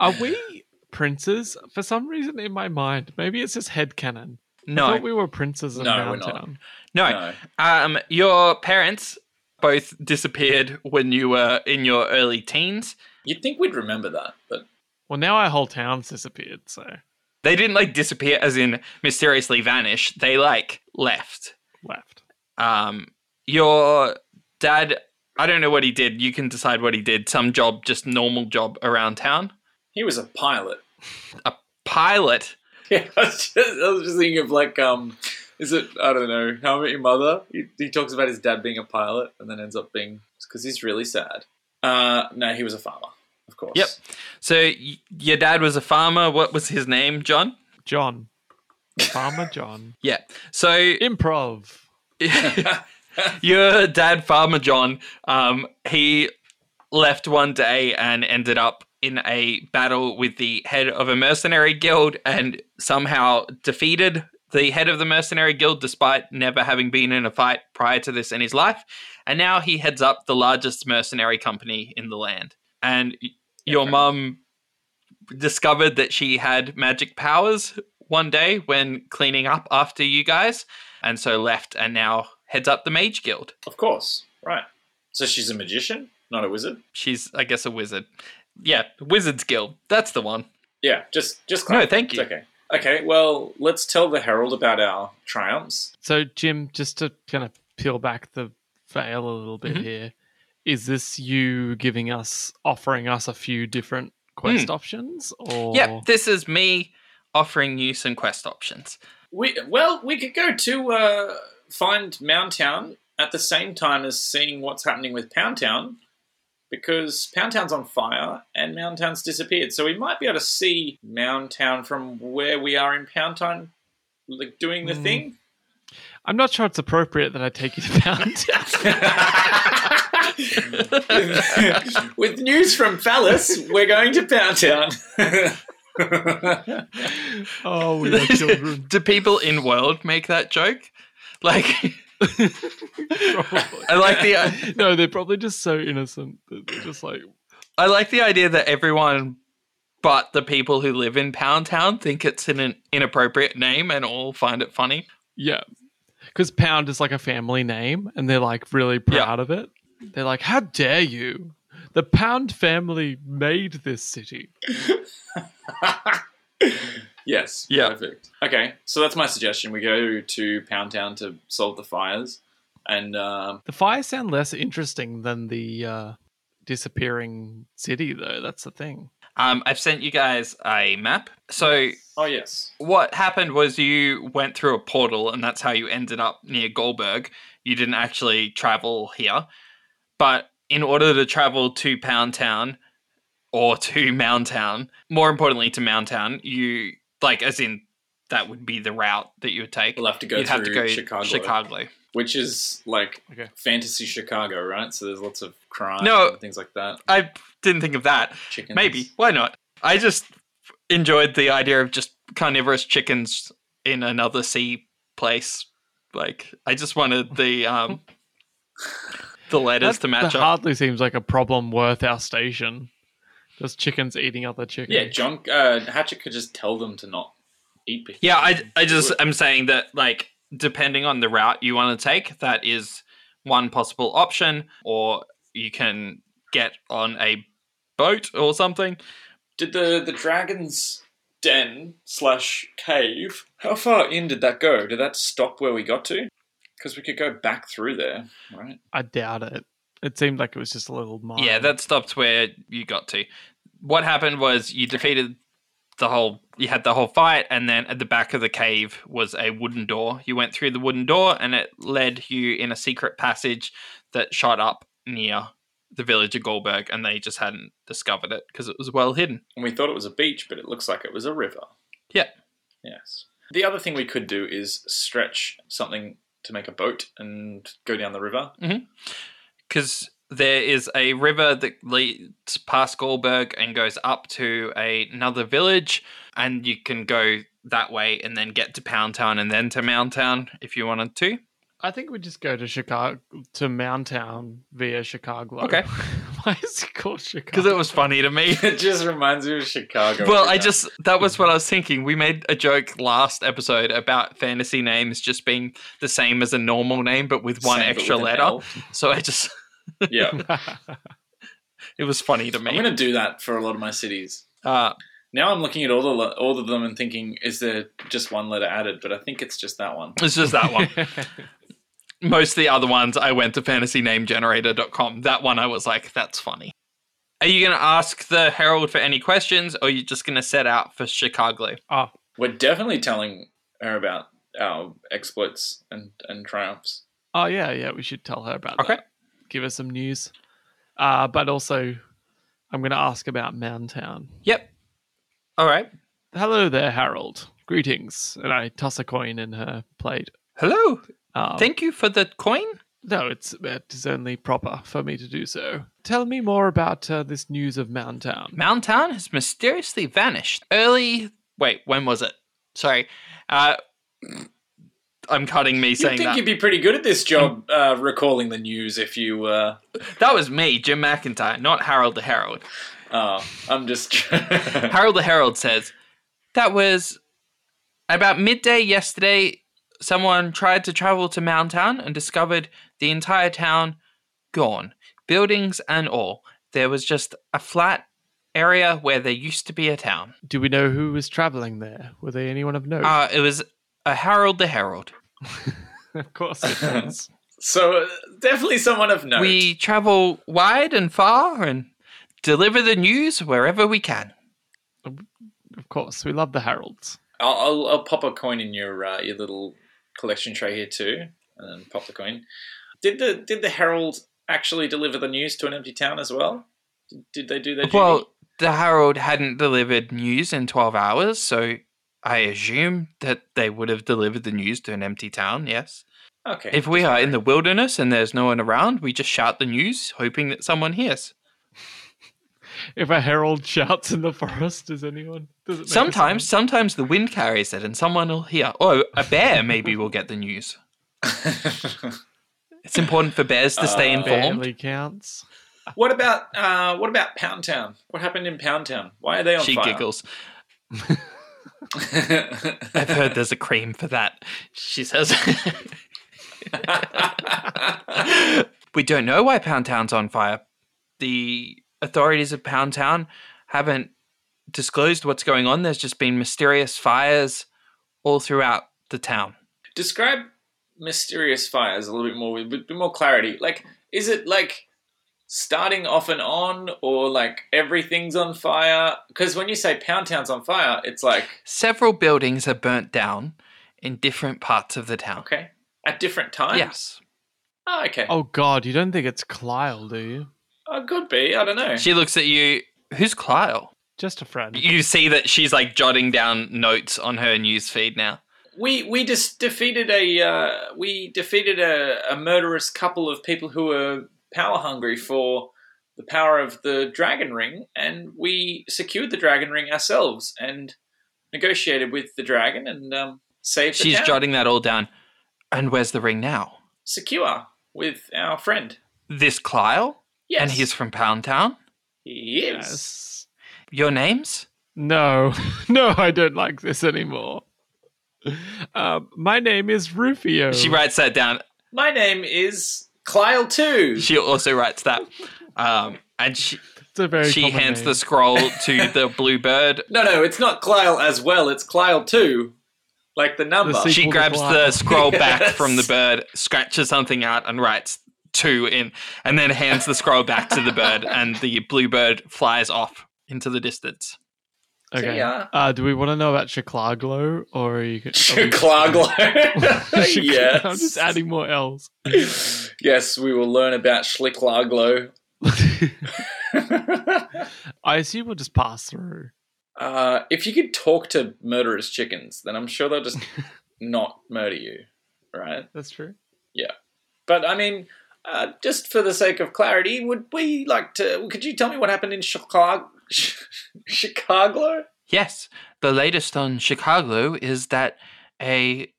Speaker 3: Are we princes? For some reason, in my mind, maybe it's just headcanon. I
Speaker 1: No,
Speaker 3: thought we were princes of
Speaker 2: No, we're not.
Speaker 3: Mountown.
Speaker 1: no.
Speaker 2: No.
Speaker 1: Um, your parents both disappeared when you were in your early teens.
Speaker 2: You'd think we'd remember that, but
Speaker 3: Well, now our whole town's disappeared, so
Speaker 1: They didn't like disappear as in mysteriously vanish. They like left.
Speaker 3: left.
Speaker 1: Um, your dad, I don't know what he did. You can decide what he did. Some job, just normal job around town.
Speaker 2: he was a pilot.
Speaker 1: Pilot.
Speaker 2: Yeah, I was just, I was just thinking of like, um, is it I don't know, How I Met Your Mother? He, he talks about his dad being a pilot and then ends up being because he's really sad. Uh, no, he was a farmer, of course.
Speaker 1: Yep. So y- your dad was a farmer. What was his name, John?
Speaker 3: John. Farmer John.
Speaker 1: Yeah. So
Speaker 3: Improv.
Speaker 1: your dad, Farmer John, um, he left one day and ended up in a battle with the head of a mercenary guild and somehow defeated the head of the mercenary guild, despite never having been in a fight prior to this in his life. And now he heads up the largest mercenary company in the land. And y- your
Speaker 2: Okay.
Speaker 1: mum discovered that she had magic powers one day when cleaning up after you guys, and so left and now heads up the mage guild.
Speaker 2: Of course. Right. So she's a magician, not a wizard.
Speaker 1: She's, I guess, a wizard. Yeah, Wizards Guild. That's the one.
Speaker 2: Yeah. Just just
Speaker 1: No,
Speaker 2: clarify.
Speaker 1: thank
Speaker 2: It's
Speaker 1: you.
Speaker 2: okay. Okay. Well, let's tell the herald about our triumphs.
Speaker 3: So, Jim, just to kind of peel back the veil a little bit
Speaker 1: Mhm.
Speaker 3: here, is this you giving us, offering us a few different quest options? Or
Speaker 1: Yep, this is me offering you some quest options.
Speaker 2: We well, we could go to uh, find Moundtown at the same time as seeing what's happening with Poundtown, because Poundtown's on fire and Moundtown's disappeared. So we might be able to see Moundtown from where we are in Poundtown, like doing the
Speaker 3: Hmm.
Speaker 2: thing.
Speaker 3: I'm not sure it's appropriate that I take you to Pound.
Speaker 2: with, with news from Phallus, we're going to Poundtown.
Speaker 3: oh, we are children.
Speaker 1: Do people in world make that joke? Like,
Speaker 3: Probably.
Speaker 1: I like the
Speaker 3: no, they're probably just so innocent. that They're just like,
Speaker 1: I like the idea that everyone but the people who live in Pound Town think it's an inappropriate name and all find it funny.
Speaker 3: yeah. Because Pound is like a family name and they're like really proud of it. They're like, how dare you? The Pound family made this city.
Speaker 2: yes.
Speaker 1: Yeah.
Speaker 2: Perfect. Okay, so that's my suggestion. We go to Pound Town to solve the fires, and um
Speaker 3: The fires sound less interesting than the uh, disappearing city, though. That's the thing.
Speaker 1: Um, I've sent you guys a map. So
Speaker 2: oh yes,
Speaker 1: what happened was you went through a portal and that's how you ended up near Goldberg. You didn't actually travel here. But in order to travel to Pound Town or to Mound Town, more importantly to Mound Town, you like as in that would be the route that you would take.
Speaker 2: we'll have to go
Speaker 1: You'd
Speaker 2: through
Speaker 1: have to go
Speaker 2: Chicago,
Speaker 1: Chicago.
Speaker 2: which is like
Speaker 3: Okay.
Speaker 2: fantasy Chicago, right? So there's lots of crime,
Speaker 1: No.
Speaker 2: and things like that.
Speaker 1: I didn't think of that.
Speaker 2: Chickens,
Speaker 1: Maybe. Why not? I just enjoyed the idea of just carnivorous chickens in another sea place. Like I just wanted the um the letters
Speaker 3: That-
Speaker 1: to match
Speaker 3: that
Speaker 1: up.
Speaker 3: hardly seems like a problem worth our station. Just chickens eating other chickens.
Speaker 2: Yeah, John uh, Hatchet could just tell them to not eat. people.
Speaker 1: Yeah, I I just I'm saying that like depending on the route you want to take, that is one possible option or you can get on a boat or something.
Speaker 2: Did the the dragon's den slash cave? How far in did that go? Did that stop where we got to? Because we could go back through there, right?
Speaker 3: I doubt it. It seemed like it was just a little mile.
Speaker 1: Yeah, that stopped where you got to. What happened was you defeated the whole. You had the whole fight, and then at the back of the cave was a wooden door. You went through the wooden door, and it led you in a secret passage that shot up near the village of Goldberg, and they just hadn't discovered it because it was well hidden.
Speaker 2: And we thought it was a beach, but it looks like it was a river.
Speaker 1: Yeah.
Speaker 2: Yes. The other thing we could do is stretch something to make a boat and go down the river.
Speaker 1: because there is a river that leads past Goldberg and goes up to a- another village, and you can go that way and then get to Pound Town and then to Mound Town if you wanted to.
Speaker 3: I think we just go to Chicago to Mountown via Chicago.
Speaker 1: Okay.
Speaker 3: Why is it called Chicago?
Speaker 1: Because it was funny to me.
Speaker 2: it just reminds me of Chicago.
Speaker 1: well,
Speaker 2: every
Speaker 1: I
Speaker 2: time.
Speaker 1: just, that was what I was thinking. We made a joke last episode about fantasy names just being the same as a normal name, but with one
Speaker 2: Same, but
Speaker 1: extra
Speaker 2: with an
Speaker 1: letter.
Speaker 2: L.
Speaker 1: So I just,
Speaker 2: Yeah.
Speaker 1: it was funny to
Speaker 2: I'm
Speaker 1: me.
Speaker 2: going to do that for a lot of my cities.
Speaker 1: uh,
Speaker 2: Now I'm looking at all the le- all of them and thinking, is there just one letter added? But I think it's just that one.
Speaker 1: it's just that one. most of the other ones I went to fantasynamegenerator.com. That one I was like, that's funny. Are you going to ask the Herald for any questions or are you just going to set out for Chicago?
Speaker 3: oh,
Speaker 2: We're definitely telling her about our exploits and, and triumphs.
Speaker 3: oh yeah, yeah. We should tell her about.
Speaker 1: Okay.
Speaker 3: that. Give her some news. Uh, but also, I'm going to ask about Mountown.
Speaker 1: Yep. All right.
Speaker 3: Hello there, Harold. Greetings. And I toss a coin in her plate.
Speaker 1: Hello.
Speaker 3: Um,
Speaker 1: Thank you for the coin.
Speaker 3: no, it's it is only proper for me to do so. Tell me more about uh, this news of Mountown.
Speaker 1: Mountown has mysteriously vanished. Early. Wait, when was it? Sorry. Uh, I'm cutting me
Speaker 2: You'd
Speaker 1: saying
Speaker 2: think
Speaker 1: that. Mm.
Speaker 2: you'd be pretty good at this job, uh, recalling the news if you Uh,
Speaker 1: That was me, Jim McIntyre, not Harold the Herald.
Speaker 2: oh, I'm just.
Speaker 1: Harold the Herald says that was about midday yesterday. Someone tried to travel to Mountown and discovered the entire town gone, buildings and all. There was just a flat area where there used to be a town.
Speaker 3: Do we know who was traveling there? Were they anyone of note?
Speaker 1: Uh, it was a Harold the Herald.
Speaker 3: of course it was.
Speaker 2: so uh, definitely someone of note.
Speaker 1: We travel wide and far and deliver the news wherever we can.
Speaker 3: of course, we love the Heralds.
Speaker 2: I'll, I'll, I'll pop a coin in your uh, your little collection tray here too, and then pop the coin. Did the did the Herald actually deliver the news to an empty town as well? Did, did they do that?
Speaker 1: Well, the Herald hadn't delivered news in 12 hours, so I assume that they would have delivered the news to an empty town, yes.
Speaker 2: okay.
Speaker 1: If we are in the wilderness and there's no one around, we just shout the news, hoping that someone hears.
Speaker 3: If a Herald shouts in the forest, is anyone? Does it make a sound?
Speaker 1: Sometimes, sometimes the wind carries it and someone will hear. Oh, a bear maybe will get the news. It's important for bears to stay
Speaker 2: Uh,
Speaker 1: informed.
Speaker 3: barely counts.
Speaker 2: what about uh, what about Pound Town? What happened in Pound Town? Why are they on
Speaker 1: She
Speaker 2: fire?
Speaker 1: giggles. I've heard there's a cream for that. She says. we don't know why Pound Town's on fire. The authorities of Pound Town haven't disclosed what's going on. There's just been mysterious fires all throughout the town.
Speaker 2: Describe mysterious fires a little bit more with a bit more clarity. Like, is it like starting off and on, or like everything's on fire? Because when you say Pound Town's on fire, it's like
Speaker 1: Several buildings are burnt down in different parts of the town.
Speaker 2: okay at different times.
Speaker 1: Yes.
Speaker 2: Oh, okay. Oh.
Speaker 3: Oh God, you don't think it's Clile, do you?
Speaker 2: could be. I don't know.
Speaker 1: She looks at you. Who's Clio?
Speaker 3: Just a friend.
Speaker 1: You see that she's like jotting down notes on her newsfeed now.
Speaker 2: We we just defeated a uh, we defeated a, a murderous couple of people who were power hungry for the power of the dragon ring, and we secured the dragon ring ourselves and negotiated with the dragon and um, saved the
Speaker 1: She's
Speaker 2: town.
Speaker 1: jotting that all down. And where's the ring now?
Speaker 2: secure with our friend.
Speaker 1: This Clio?
Speaker 2: Yes,
Speaker 1: And he's from Pound Town?
Speaker 2: he is.
Speaker 3: Yes.
Speaker 1: Your names?
Speaker 3: No, no, I don't like this anymore. Um, my name is Rufio.
Speaker 2: Um,
Speaker 1: She writes that down.
Speaker 2: My name is Clile Two.
Speaker 1: She also writes that. Um, and she,
Speaker 3: It's a very
Speaker 1: she
Speaker 3: common
Speaker 1: hands
Speaker 3: name.
Speaker 1: the scroll to the blue bird.
Speaker 2: No, no, it's not Clile as well. It's Clile Two, like the number.
Speaker 3: The sequ-
Speaker 1: She
Speaker 3: Equal to
Speaker 1: grabs the
Speaker 3: Clive.
Speaker 1: scroll back
Speaker 2: Yes.
Speaker 1: from the bird, scratches something out, and writes two in, and then hands the scroll back to the bird, and the blue bird flies off into the distance.
Speaker 3: Okay.
Speaker 2: Yeah.
Speaker 3: Uh, do we want to know about Chiclaglo, or are you? are we-
Speaker 2: Chiclaglo.
Speaker 3: Chic-
Speaker 2: yes.
Speaker 3: I'm just adding more L's.
Speaker 2: Yes, we will learn about Schlicklaglo.
Speaker 3: I assume we'll just pass through.
Speaker 2: uh, if you could talk to murderous chickens, then I'm sure they'll just not murder you, right?
Speaker 3: That's true.
Speaker 2: But I mean, uh, just for the sake of clarity, would we like to? Could you tell me what happened in Chicago? Chicago?
Speaker 1: Yes, the latest on Chicago is that a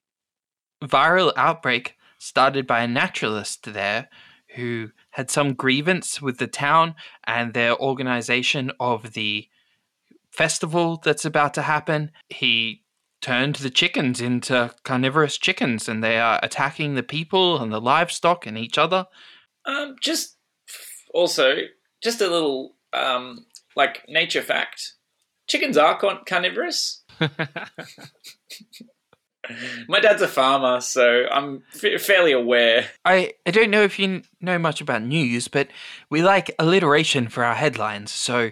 Speaker 1: viral outbreak started by a naturalist there who had some grievance with the town and their organization of the festival that's about to happen. He turned the chickens into carnivorous chickens and they are attacking the people and the livestock and each other.
Speaker 2: Um, just also just a little um, like nature fact: chickens are con- carnivorous. My dad's a farmer, so I'm f- fairly aware.
Speaker 1: I, I don't know if you kn- know much about news, but we like alliteration for our headlines, so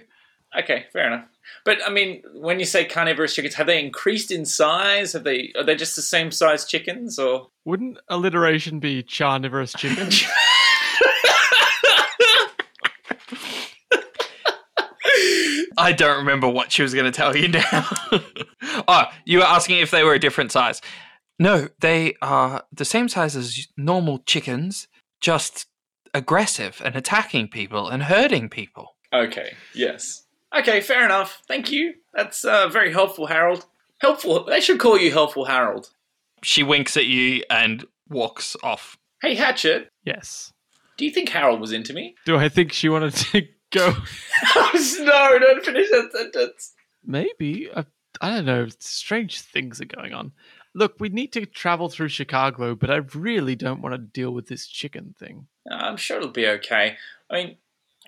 Speaker 2: Okay, fair enough. But I mean, when you say carnivorous chickens, have they increased in size? Have they are they just the same size chickens or?
Speaker 3: Wouldn't alliteration be carnivorous chicken?
Speaker 1: I don't remember what she was going to tell you now. oh, you were asking if they were a different size. No, they are the same size as normal chickens, just aggressive and attacking people and hurting people.
Speaker 2: Okay. Yes. Okay. Fair enough. Thank you. That's uh, very helpful, Harold. Helpful. They should call you Helpful Harold.
Speaker 1: She winks at you and walks off.
Speaker 2: Hey, Hatchet,
Speaker 3: Yes.
Speaker 2: do you think Harold was into me?
Speaker 3: Do I think she wanted to go?
Speaker 2: no, don't finish that sentence.
Speaker 3: Maybe. I, I don't know. Strange things are going on. Look, we need to travel through Chicago, but I really don't want to deal with this chicken thing.
Speaker 2: I'm sure it'll be okay. I mean,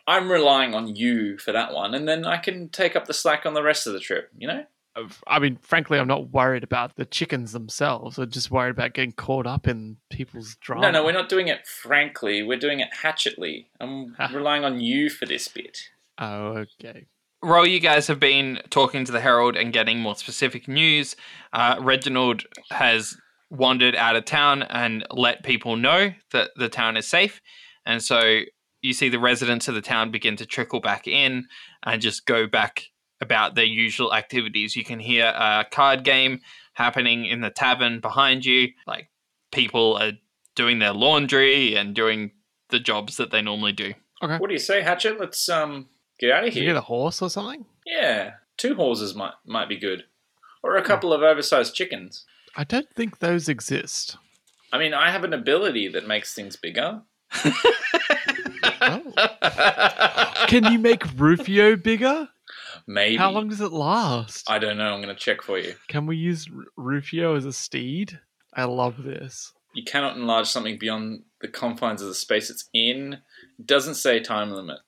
Speaker 2: I'm relying on you for that one, and then I can take up the slack on the rest of the trip, you know?
Speaker 3: Uh, I mean, frankly, I'm not worried about the chickens themselves. I'm just worried about getting caught up in people's drama.
Speaker 2: No, no, we're not doing it frankly. We're doing it hatchetly. I'm relying on you for this bit.
Speaker 3: Oh, okay.
Speaker 1: Roy, you guys have been talking to the Herald and getting more specific news. Uh, Reginald has wandered out of town and let people know that the town is safe. And so you see the residents of the town begin to trickle back in and just go back about their usual activities. You can hear a card game happening in the tavern behind you. Like people are doing their laundry and doing the jobs that they normally do.
Speaker 2: What do you say, Hatchet? Let's um get out of
Speaker 3: Did you get
Speaker 2: here.
Speaker 3: a horse or something?
Speaker 2: Yeah, two horses might might be good, or a couple of oversized chickens.
Speaker 3: I don't think those exist.
Speaker 2: I mean, I have an ability that makes things bigger.
Speaker 3: Oh. Can you make Rufio bigger?
Speaker 2: Maybe.
Speaker 3: How long does it last?
Speaker 2: I don't know. I'm going to check for you.
Speaker 3: Can we use R- Rufio as a steed? I love this.
Speaker 2: You cannot enlarge something beyond the confines of the space it's in. It doesn't say time limit,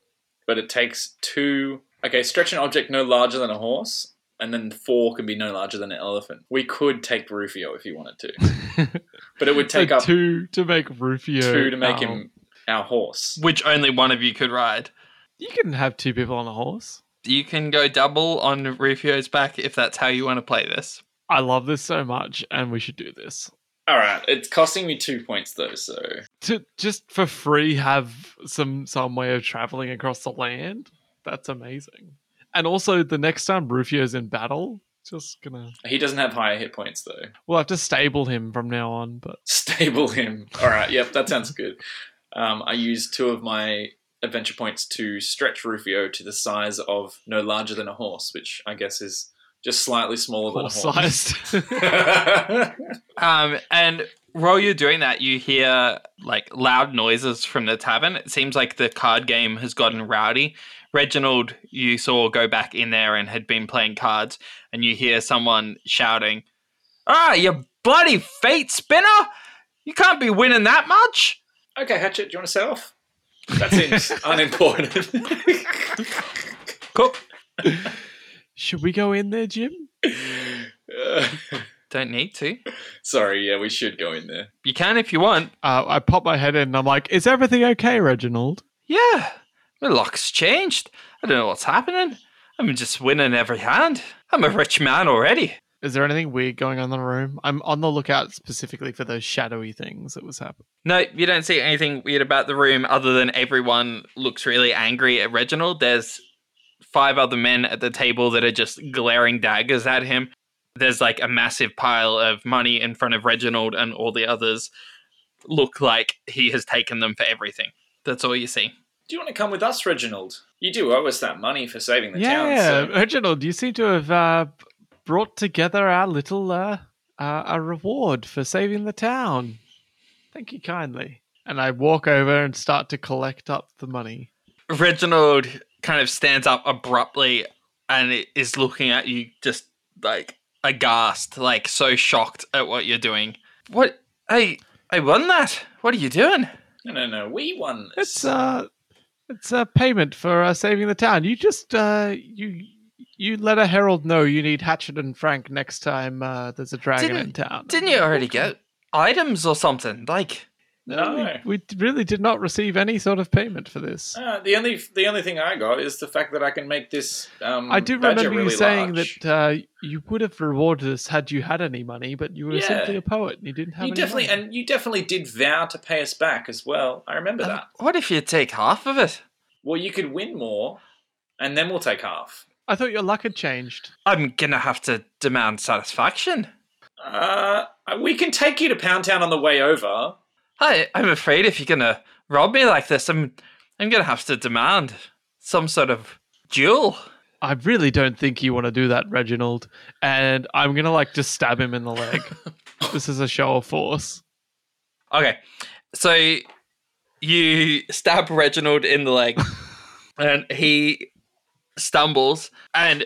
Speaker 2: but it takes two. Okay, stretch an object no larger than a horse, and then four can be no larger than an elephant. We could take Rufio if you wanted to, but it would
Speaker 3: So
Speaker 2: take up two,
Speaker 3: two to make Rufio.
Speaker 2: to make
Speaker 3: our-
Speaker 2: him our horse.
Speaker 1: Which only one of you could ride.
Speaker 3: You can have two people on a horse.
Speaker 1: You can go double on Rufio's back if that's how you want to play this.
Speaker 3: I love this so much, and we should do this.
Speaker 2: All right, it's costing me two points though, so
Speaker 3: To just for free, have some some way of traveling across the land. That's amazing. And also, the next time Rufio's in battle, just gonna
Speaker 2: he doesn't have higher hit points though.
Speaker 3: we'll have to stable him from now on. But
Speaker 2: Stable him. All right, yep, that sounds good. Um, I used two of my adventure points to stretch Rufio to the size of no larger than a horse, which I guess is just slightly smaller
Speaker 3: horse
Speaker 2: than a horse.
Speaker 3: sized.
Speaker 1: Um, and while you're doing that, you hear like loud noises from the tavern. It seems like the card game has gotten rowdy. Reginald, you saw go back in there and had been playing cards, and you hear someone shouting, "Ah, you bloody fate spinner! You can't be winning that much."
Speaker 2: okay, Hatchet, do you want to sell off? That seems unimportant.
Speaker 1: Cool.
Speaker 3: should we go in there, Jim?
Speaker 2: Uh,
Speaker 1: Don't need to.
Speaker 2: sorry, yeah, we should go in there.
Speaker 1: You can if you want.
Speaker 3: Uh, I pop my head in and I'm like, "Is everything okay, Reginald?"
Speaker 1: Yeah, my luck's changed. I don't know what's happening. I'm just winning every hand. I'm a rich man already.
Speaker 3: Is there anything weird going on in the room? I'm on the lookout specifically for those shadowy things that was happening.
Speaker 1: No, you don't see anything weird about the room other than everyone looks really angry at Reginald. There's five other men at the table that are just glaring daggers at him. There's like a massive pile of money in front of Reginald, and all the others look like he has taken them for everything. That's all you see.
Speaker 2: Do you want to come with us, Reginald? You do owe us that money for saving the town.
Speaker 3: yeah,
Speaker 2: so-
Speaker 3: Reginald, you seem to have uh, brought together our little uh, uh, a reward for saving the town. Thank you kindly. And I walk over and start to collect up the money.
Speaker 1: Reginald kind of stands up abruptly and is looking at you just like aghast, like so shocked at what you're doing. What? I I won that. What are you doing?
Speaker 2: No, no, no. We won this.
Speaker 3: It's uh, it's a payment for uh, saving the town. You just uh, you you let a herald know you need Hatchet and Frank next time uh, there's a dragon in
Speaker 1: Didn't-
Speaker 3: town.
Speaker 1: Didn't you already get items or something? Like,
Speaker 2: No.
Speaker 3: we, we really did not receive any sort of payment for this.
Speaker 2: Uh, the only the only thing I got is the fact that I can make this. Um,
Speaker 3: I do
Speaker 2: badger
Speaker 3: remember you
Speaker 2: really
Speaker 3: saying
Speaker 2: large.
Speaker 3: that uh, you would have rewarded us had you had any money, but you were
Speaker 2: Yeah.
Speaker 3: simply a poet and you didn't have
Speaker 2: you
Speaker 3: any
Speaker 2: definitely
Speaker 3: money.
Speaker 2: and you definitely did vow to pay us back as well. I remember
Speaker 1: um,
Speaker 2: that.
Speaker 1: what if you take half of it?
Speaker 2: Well, you could win more, and then we'll take half.
Speaker 3: I thought your luck had changed.
Speaker 1: I'm gonna have to demand satisfaction.
Speaker 2: Uh, we can take you to Pound Town on the way over.
Speaker 1: I I'm afraid if you're gonna rob me like this, I'm I'm gonna have to demand some sort of duel.
Speaker 3: I really don't think you want to do that, Reginald. And I'm gonna like just stab him in the leg. This is a show of force.
Speaker 1: Okay. So you stab Reginald in the leg and he stumbles and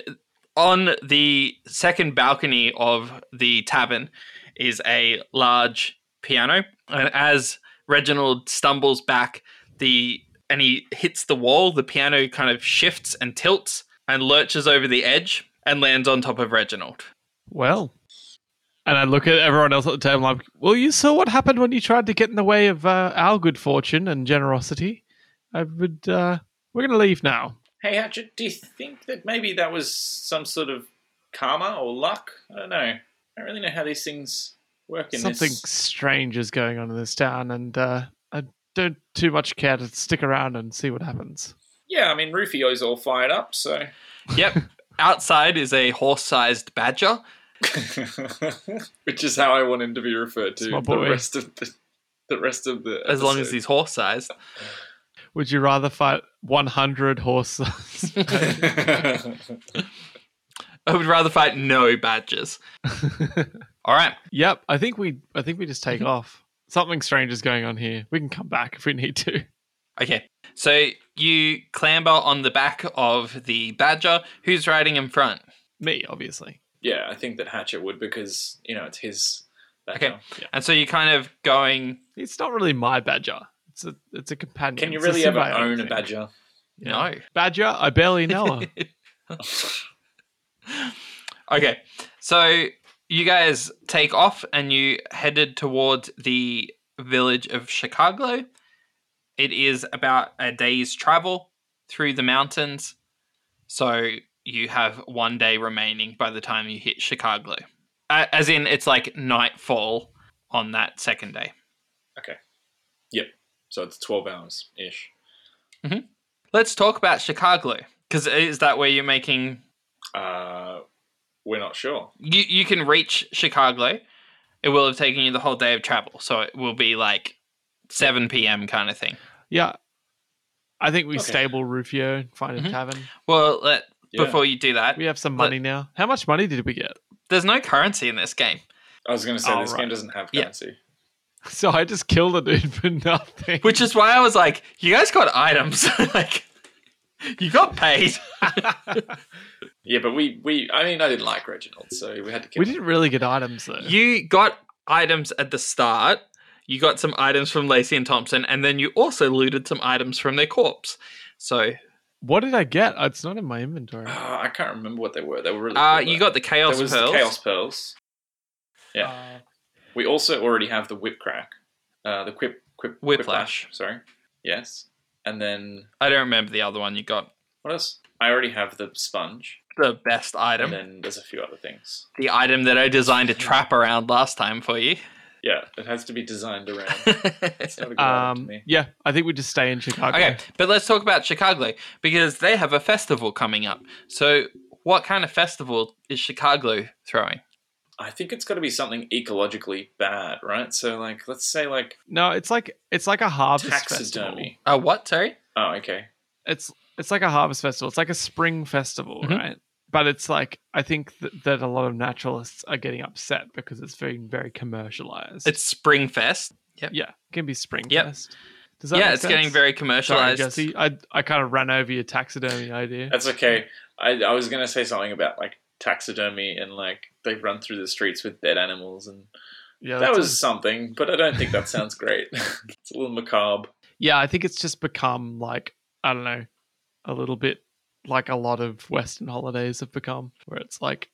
Speaker 1: on the second balcony of the tavern is a large piano and as Reginald stumbles back the and he hits the wall the piano kind of shifts and tilts and lurches over the edge and lands on top of Reginald.
Speaker 3: Well, and I look at everyone else at the table. I'm like, well, you saw what happened when you tried to get in the way of uh, our good fortune and generosity. I would. Uh, we're gonna leave now.
Speaker 2: Hey, Hatchet, do you think that maybe that was some sort of karma or luck? I don't know. I don't really know how these things work in
Speaker 3: Something
Speaker 2: this.
Speaker 3: strange is going on in this town, and uh, I don't too much care to stick around and see what happens.
Speaker 2: Yeah, I mean, Rufio's all fired up, so.
Speaker 1: Yep. Outside is a horse-sized badger.
Speaker 2: Which is how I want him to be referred
Speaker 3: It's
Speaker 2: to
Speaker 3: my
Speaker 2: the
Speaker 3: boy.
Speaker 2: rest of the, the rest of the.
Speaker 1: As long as
Speaker 2: episode.
Speaker 1: he's horse-sized.
Speaker 3: Would you rather fight 100 horses?
Speaker 1: I would rather fight no badgers. All right.
Speaker 3: yep, I think we. I think we just take
Speaker 2: Mm-hmm.
Speaker 3: off. Something strange is going on here. We can come back if we need to.
Speaker 1: Okay. So you clamber on the back of the badger. Who's riding in front?
Speaker 3: Me, obviously.
Speaker 2: yeah, I think that Hatchet would because you know it's his. That
Speaker 1: Okay.
Speaker 2: now. Yeah.
Speaker 1: And so you're kind of going,
Speaker 3: It's not really my badger. It's a. It's a companion.
Speaker 2: Can you
Speaker 3: It's a
Speaker 2: really ever
Speaker 3: symbiote
Speaker 2: own a
Speaker 3: thing.
Speaker 2: badger?
Speaker 1: no.
Speaker 3: Badger, I barely know her.
Speaker 1: Okay. So you guys take off and you headed towards the village of Chicago. It is about a day's travel through the mountains. So you have one day remaining by the time you hit Chicago. A- As in, it's like nightfall on that second day.
Speaker 2: So it's twelve hours ish.
Speaker 1: Let's talk about Chicago because is that where you're making
Speaker 2: Uh, we're not sure.
Speaker 1: you you can reach Chicago. It will have taken you the whole day of travel, so it will be like seven p.m. kind of thing.
Speaker 3: Yeah. I think we
Speaker 2: Okay. Mm-hmm.
Speaker 3: stable Rufio, find a
Speaker 1: Mhm.
Speaker 3: tavern.
Speaker 1: Well, let,
Speaker 2: Yeah.
Speaker 1: before you do
Speaker 2: Uh,
Speaker 1: that,
Speaker 3: We have some
Speaker 1: But-
Speaker 3: money now. How much money did we get?
Speaker 1: there's no currency in this game.
Speaker 2: I was going to say
Speaker 3: Oh,
Speaker 2: this
Speaker 3: right.
Speaker 2: game doesn't have
Speaker 1: Yeah.
Speaker 2: currency.
Speaker 3: So I just killed a dude for nothing.
Speaker 1: Which is why I was like, you guys got items. like, you got paid.
Speaker 2: Yeah, but we we I mean I didn't like Reginald, so we had to. Kill
Speaker 3: we
Speaker 2: him.
Speaker 3: didn't really get items though.
Speaker 1: You got items at the start. You got some items from Lacey and Thompson, and then you also looted some items from their corpse. So
Speaker 3: what did I get? It's not in my inventory.
Speaker 2: Ah, I can't remember what they were. They were really.
Speaker 1: uh,
Speaker 2: cool,
Speaker 1: you
Speaker 2: though.
Speaker 1: got the chaos
Speaker 2: there was
Speaker 1: pearls.
Speaker 2: The chaos pearls. Yeah.
Speaker 3: Uh,
Speaker 2: We also already have the whip crack, uh, the quip, quip
Speaker 1: Whiplash.
Speaker 2: Sorry. Yes. And then
Speaker 1: I don't remember the other one you got.
Speaker 2: what else? I already have the sponge,
Speaker 1: The best item.
Speaker 2: and then there's a few other things.
Speaker 1: the item that I designed a trap around last time for you.
Speaker 2: Yeah, it has to be designed around. It's not a good item to
Speaker 3: um,
Speaker 2: me.
Speaker 3: yeah, I think we just stay in Chicago.
Speaker 1: okay, but let's talk about Chicago because they have a festival coming up. So, what kind of festival is Chicago throwing?
Speaker 2: I think it's got to be something ecologically bad, right? So like, let's say like
Speaker 3: No, it's like it's like a harvest festival.
Speaker 2: taxidermy.
Speaker 1: Uh, what? Sorry?
Speaker 2: Oh, okay.
Speaker 3: It's it's like a harvest festival. It's like a spring festival,
Speaker 1: Mhm.
Speaker 3: right? But it's like I think that, that a lot of naturalists are getting upset because it's being very commercialized.
Speaker 1: It's Springfest.
Speaker 3: Yeah, it can be spring
Speaker 1: Yep.
Speaker 3: fest. Does that
Speaker 1: Yeah,
Speaker 3: make
Speaker 1: it's getting
Speaker 3: sense?
Speaker 1: very
Speaker 3: Sorry,
Speaker 1: commercialized. Uh,
Speaker 3: Jesse. I I kind of ran over your taxidermy idea.
Speaker 2: That's okay. I, I was gonna say something about like taxidermy and like they run through the streets with dead animals and
Speaker 3: Yeah,
Speaker 2: that
Speaker 3: that's-
Speaker 2: was something, but I don't think that sounds great. it's a little macabre.
Speaker 3: yeah. I think it's just become like I don't know, a little bit like a lot of Western holidays have become, where it's like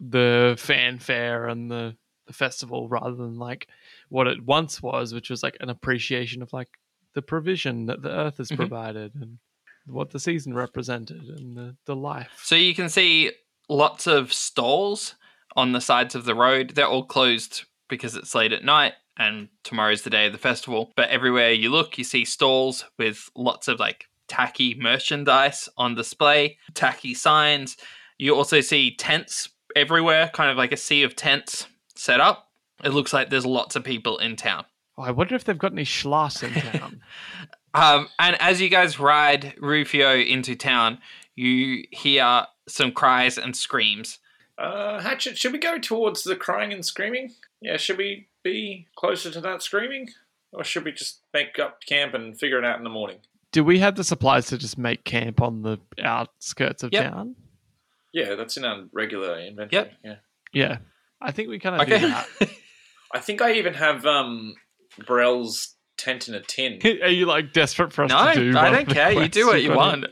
Speaker 3: the fanfare and the the festival rather than like what it once was, which was like an appreciation of like the provision that the earth has
Speaker 1: Mhm.
Speaker 3: provided and what the season represented and the, the life.
Speaker 1: So, you can see lots of stalls on the sides of the road. They're all closed because it's late at night and tomorrow's the day of the festival. But everywhere you look, you see stalls with lots of like tacky merchandise on display, tacky signs. You also see tents everywhere, kind of like a sea of tents set up. It looks like there's lots of people in town.
Speaker 3: Oh, I wonder if they've got any schloss in town.
Speaker 1: Um, and as you guys ride Rufio into town, you hear some cries and screams.
Speaker 2: Uh, Hatchet, should we go towards the crying and screaming? Yeah, should we be closer to that screaming? Or should we just make up camp and figure it out in the morning?
Speaker 3: Do we have the supplies to just make camp on the outskirts of
Speaker 1: Yep.
Speaker 3: town?
Speaker 2: Yeah, that's in our regular inventory.
Speaker 1: Yep.
Speaker 2: Yeah.
Speaker 3: Yeah. I think we kind of do
Speaker 1: Okay.
Speaker 3: that.
Speaker 2: I think I even have um Brell's tent in a tin.
Speaker 3: Are you like desperate for us
Speaker 1: No, I
Speaker 3: to do? one of
Speaker 1: don't
Speaker 3: the
Speaker 1: care. You
Speaker 3: quests
Speaker 1: do what
Speaker 3: we've
Speaker 1: you
Speaker 3: got
Speaker 1: want.
Speaker 3: in-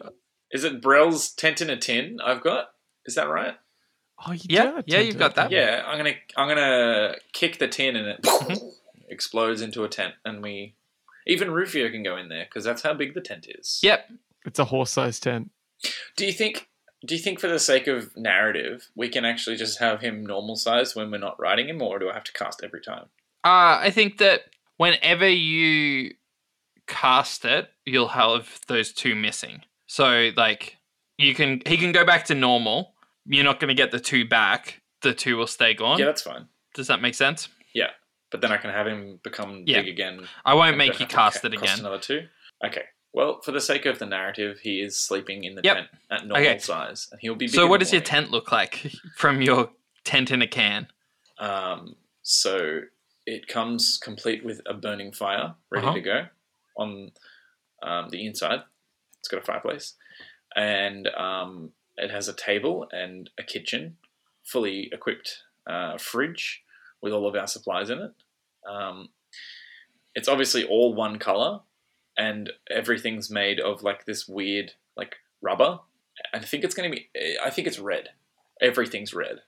Speaker 2: Is it Brell's tent in a tin I've got? Is that right?
Speaker 3: Oh, you
Speaker 1: Yeah,
Speaker 3: do have
Speaker 1: yeah,
Speaker 3: ten
Speaker 1: you've
Speaker 3: to
Speaker 1: got that.
Speaker 3: ten.
Speaker 2: Yeah, I'm gonna I'm gonna kick the tin and it explodes into a tent, and we even Rufio can go in there because that's how big the tent is.
Speaker 1: Yep.
Speaker 3: It's a horse-sized tent.
Speaker 2: Do you think? Do you think, for the sake of narrative, we can actually just have him normal size when we're not riding him, or do I have to cast every time?
Speaker 1: Uh, I think that whenever you cast it, you'll have those two missing. So like you can he can go back to normal. You're not gonna get the two back. The two will stay gone.
Speaker 2: Yeah, that's fine.
Speaker 1: Does that make sense?
Speaker 2: But then I can have him become
Speaker 1: Yeah.
Speaker 2: big again.
Speaker 1: I won't
Speaker 2: and
Speaker 1: make
Speaker 2: don't
Speaker 1: you
Speaker 2: have to
Speaker 1: cast
Speaker 2: ca-
Speaker 1: it
Speaker 2: cost
Speaker 1: again.
Speaker 2: Another two. Okay. Well, for the sake of the narrative, he is sleeping in the
Speaker 1: Yep.
Speaker 2: tent at normal
Speaker 1: Okay.
Speaker 2: size, and he'll be. big
Speaker 1: So
Speaker 2: in
Speaker 1: what
Speaker 2: the
Speaker 1: does your
Speaker 2: morning.
Speaker 1: tent look like from your tent in a can?
Speaker 2: Um, so it comes complete with a burning fire ready
Speaker 1: Uh-huh.
Speaker 2: to go on um, the inside. It's got a fireplace, and um, it has a table and a kitchen, fully equipped uh, fridge with all of our supplies in it. Um, it's obviously all one color, and everything's made of like this weird like rubber. I think it's gonna be. I think it's red. Everything's red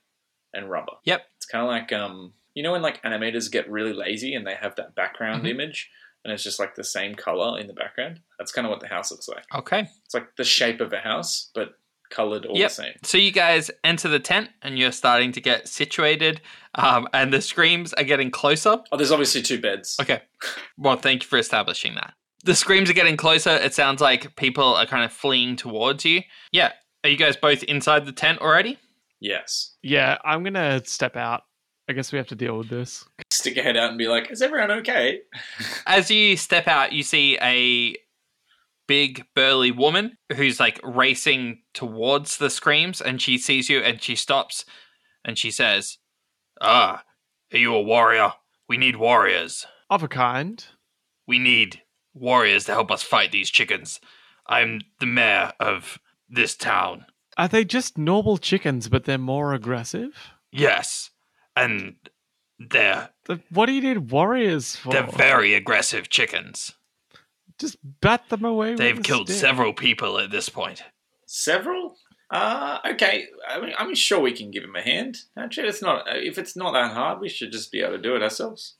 Speaker 2: and rubber.
Speaker 1: Yep.
Speaker 2: It's kind of like um, you know when like animators get really lazy and they have that background
Speaker 1: Mhm.
Speaker 2: image and it's just like the same color in the background. That's kind of what the house looks like.
Speaker 1: Okay.
Speaker 2: It's like the shape of a house but colored all
Speaker 1: Yep.
Speaker 2: the same.
Speaker 1: So you guys enter the tent and you're starting to get situated, um, and the screams are getting closer.
Speaker 2: Oh, there's obviously two beds.
Speaker 1: Okay. Well, thank you for establishing that. The screams are getting closer. It sounds like people are kind of fleeing towards you. Yeah. Are you guys both inside the tent already?
Speaker 2: Yes.
Speaker 3: Yeah, I'm gonna step out. I guess we have to deal with this.
Speaker 2: Stick your head out and be like, "Is everyone okay?"
Speaker 1: As you step out, you see a big, burly woman who's like racing towards the screams, and she sees you and she stops and she says, Ah, are you a warrior? We need warriors.
Speaker 3: Of a kind.
Speaker 1: We need warriors to help us fight these chickens. I'm the mayor of this town.
Speaker 3: Are they just normal chickens, but they're more aggressive?
Speaker 1: Yes, and they're
Speaker 3: The- What do you need warriors for?
Speaker 1: they're very aggressive chickens.
Speaker 3: just bat them away. with
Speaker 1: They've
Speaker 3: a
Speaker 1: killed
Speaker 3: stick.
Speaker 1: several people at this point.
Speaker 2: Several. Uh, okay. I mean, I'm sure we can give him a hand. Actually, it's not. uh, If it's not that hard, we should just be able to do it ourselves.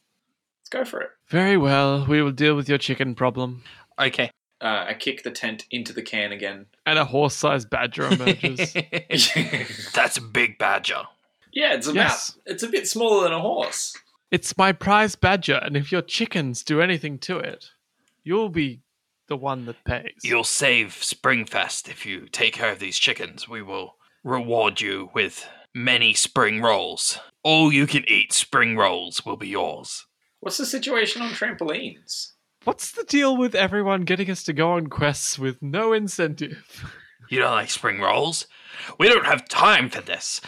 Speaker 2: Let's go for it.
Speaker 3: Very well. We will deal with your chicken problem.
Speaker 1: Okay.
Speaker 2: Uh, I kick the tent into the can again.
Speaker 3: And a horse-sized badger emerges.
Speaker 1: That's a big badger.
Speaker 2: Yeah, it's about
Speaker 3: Yes.
Speaker 2: it's a bit smaller than a horse.
Speaker 3: It's my prize badger, and if your chickens do anything to it, you'll be the one that pays.
Speaker 1: You'll save Springfest if you take care of these chickens. We will reward you with many spring rolls. All you can eat spring rolls will be yours.
Speaker 2: What's the situation on trampolines?
Speaker 3: What's the deal with everyone getting us to go on quests with no incentive?
Speaker 1: You don't like spring rolls? We don't have time for this.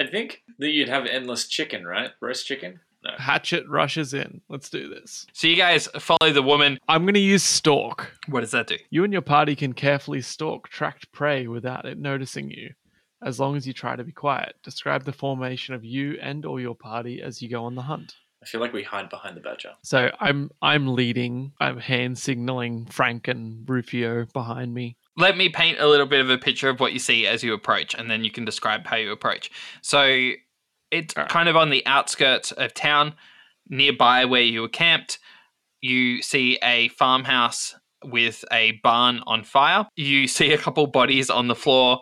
Speaker 2: I think that you'd have endless chicken, right? Roast chicken? No.
Speaker 3: Hatchet rushes in. Let's do this.
Speaker 1: So you guys follow the woman.
Speaker 3: I'm going to use stalk.
Speaker 1: What does that do?
Speaker 3: You and your party can carefully stalk tracked prey without it noticing you, as long as you try to be quiet. Describe the formation of you and or your party as you go on the hunt.
Speaker 2: I feel like we hide behind the badger.
Speaker 3: So I'm I'm leading. I'm hand signaling Frank and Rufio behind me.
Speaker 1: let me paint a little bit of a picture of what you see as you approach, and then you can describe how you approach. So it's
Speaker 3: All right.
Speaker 1: kind of on the outskirts of town, nearby where you were camped. You see a farmhouse with a barn on fire. You see a couple bodies on the floor,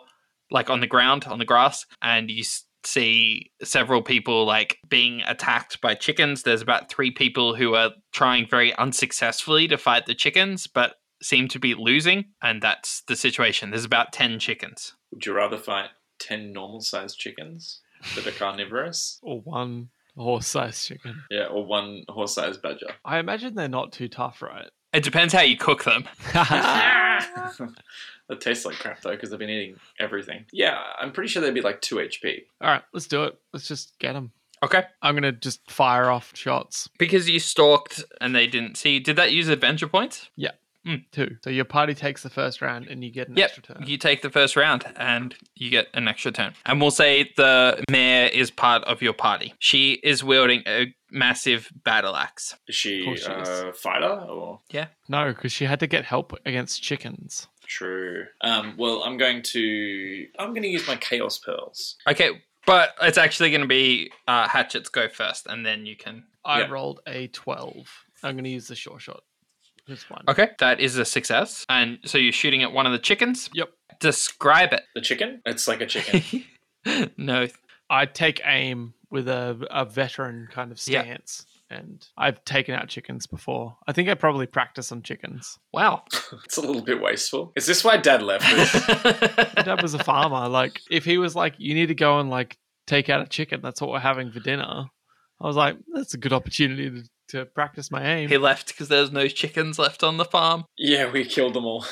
Speaker 1: like on the ground, on the grass, and you s- see several people like being attacked by chickens. There's about three people who are trying very unsuccessfully to fight the chickens, but seem to be losing, and that's the situation. There's about 10 chickens.
Speaker 2: Would you rather fight ten normal sized chickens that are carnivorous?
Speaker 3: Or one horse-sized chicken.
Speaker 2: Yeah, or one horse sized badger.
Speaker 3: I imagine they're not too tough, right?
Speaker 1: It depends how you cook them.
Speaker 3: Ah!
Speaker 2: that tastes like crap though, because I've been eating everything. Yeah, I'm pretty sure they'd be like two HP.
Speaker 3: All right, let's do it. Let's just get them.
Speaker 1: Okay.
Speaker 3: I'm gonna just fire off shots
Speaker 1: Because you stalked and they didn't see. Did that use adventure points?
Speaker 3: too. So your party takes the first round, and you get an
Speaker 1: Yep.
Speaker 3: extra turn.
Speaker 1: You take the first round and you get an extra turn. And we'll say the mayor is part of your party. She is wielding a massive battle axe.
Speaker 2: Is she
Speaker 3: course she
Speaker 2: uh, fighter or
Speaker 3: No, because she had to get help against chickens.
Speaker 2: true? Um, well, I'm going to I'm going to use my chaos pearls.
Speaker 1: Okay, but it's actually going to be uh, Hatchet's go first, and then you can.
Speaker 3: I
Speaker 2: Yeah.
Speaker 3: rolled a twelve. I'm gonna use the short shot. It's one.
Speaker 1: Okay, that is a success. And so you're shooting at one of the chickens?
Speaker 3: Yep.
Speaker 1: Describe
Speaker 2: The chicken? It's like a chicken.
Speaker 1: it. no.
Speaker 3: I take aim with a, a veteran kind of
Speaker 1: Yeah.
Speaker 3: stance, and I've taken out chickens before. I think I probably practice on chickens.
Speaker 1: Wow.
Speaker 2: it's a little bit wasteful. Is this why Dad left? us?
Speaker 3: My dad was a farmer. Like, if he was like, "You need to go and like take out a chicken. That's what we're having for dinner," I was like, "That's a good opportunity to, to practice my aim."
Speaker 1: he left because there's no chickens left on the farm.
Speaker 2: yeah, we killed them all.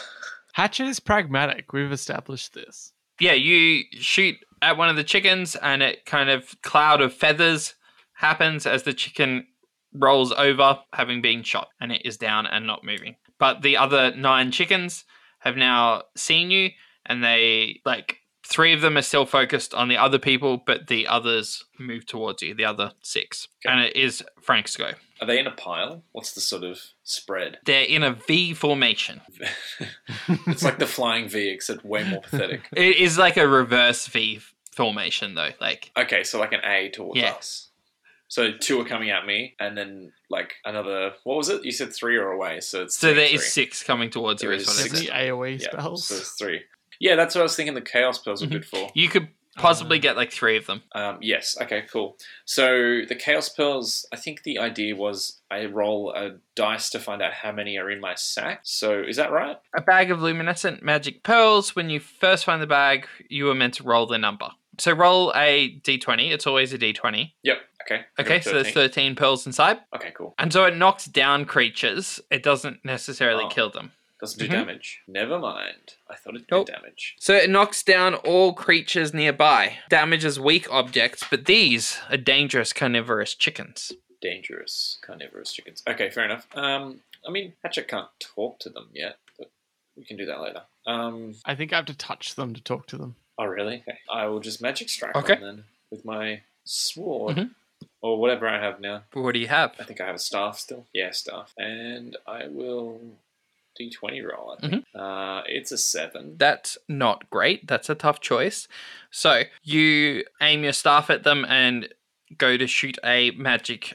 Speaker 3: Hatchet is pragmatic. We've established this.
Speaker 1: yeah, you shoot at one of the chickens, and it kind of cloud of feathers happens as the chicken rolls over, having been shot, and it is down and not moving. But the other nine chickens have now seen you, and they like three of them are still focused on the other people, but the others move towards you. The other six,
Speaker 2: Okay.
Speaker 1: and it is Frank's go.
Speaker 2: Are they in a pile? What's the sort of spread?
Speaker 1: They're in a V formation.
Speaker 2: It's like the flying V, except way more pathetic.
Speaker 1: It is like a reverse V formation, though. Like
Speaker 2: Okay, so like an A towards
Speaker 1: Yeah.
Speaker 2: us. So two are coming at me, and then like another. What was it? You said three are away, so it's
Speaker 1: so,
Speaker 2: three,
Speaker 1: there
Speaker 2: three.
Speaker 1: is six coming towards you.
Speaker 2: There
Speaker 1: is
Speaker 2: is
Speaker 1: what it
Speaker 2: six.
Speaker 1: says.
Speaker 3: Any AOE
Speaker 2: Yeah,
Speaker 3: spells?
Speaker 2: so it's three. Yeah, that's what I was thinking. The chaos spells are good for.
Speaker 1: You could possibly
Speaker 2: Uh,
Speaker 3: Um,
Speaker 1: get like three of them.
Speaker 2: Um, yes. Okay. Cool. So the chaos pearls. I think the idea was I roll a dice to find out how many are in my sack. So is that right?
Speaker 1: A bag of luminescent magic pearls. When you first find the bag, you were meant to roll the number. So roll a d20. It's always a d20.
Speaker 2: Yep. Okay. I got
Speaker 1: Okay, so there's
Speaker 2: 13.
Speaker 1: 13 pearls inside.
Speaker 2: okay. Cool.
Speaker 1: And so it knocks down creatures. It doesn't necessarily
Speaker 2: Oh.
Speaker 1: kill them.
Speaker 2: Doesn't do
Speaker 1: Mhm.
Speaker 2: damage. Never mind. I thought it did
Speaker 1: Nope.
Speaker 2: damage.
Speaker 1: So it knocks down all creatures nearby, damages weak objects, but these are dangerous carnivorous chickens.
Speaker 2: Dangerous carnivorous chickens. Okay. Fair enough. Um, I mean, Hatchet can't talk to them yet, but we can do that later. Um,
Speaker 3: I think I have to touch them to talk to them.
Speaker 2: Oh, really? Okay. I will just magic strike
Speaker 1: Okay.
Speaker 2: them then with my sword
Speaker 1: Mhm.
Speaker 2: or whatever I have now.
Speaker 1: But what do you have?
Speaker 2: I think I have a staff still. Yeah, staff. And I will d20 roll. I think.
Speaker 1: Mm-hmm.
Speaker 2: Uh, it's a seven.
Speaker 1: That's not great. That's a tough choice. So you aim your staff at them and go to shoot a magic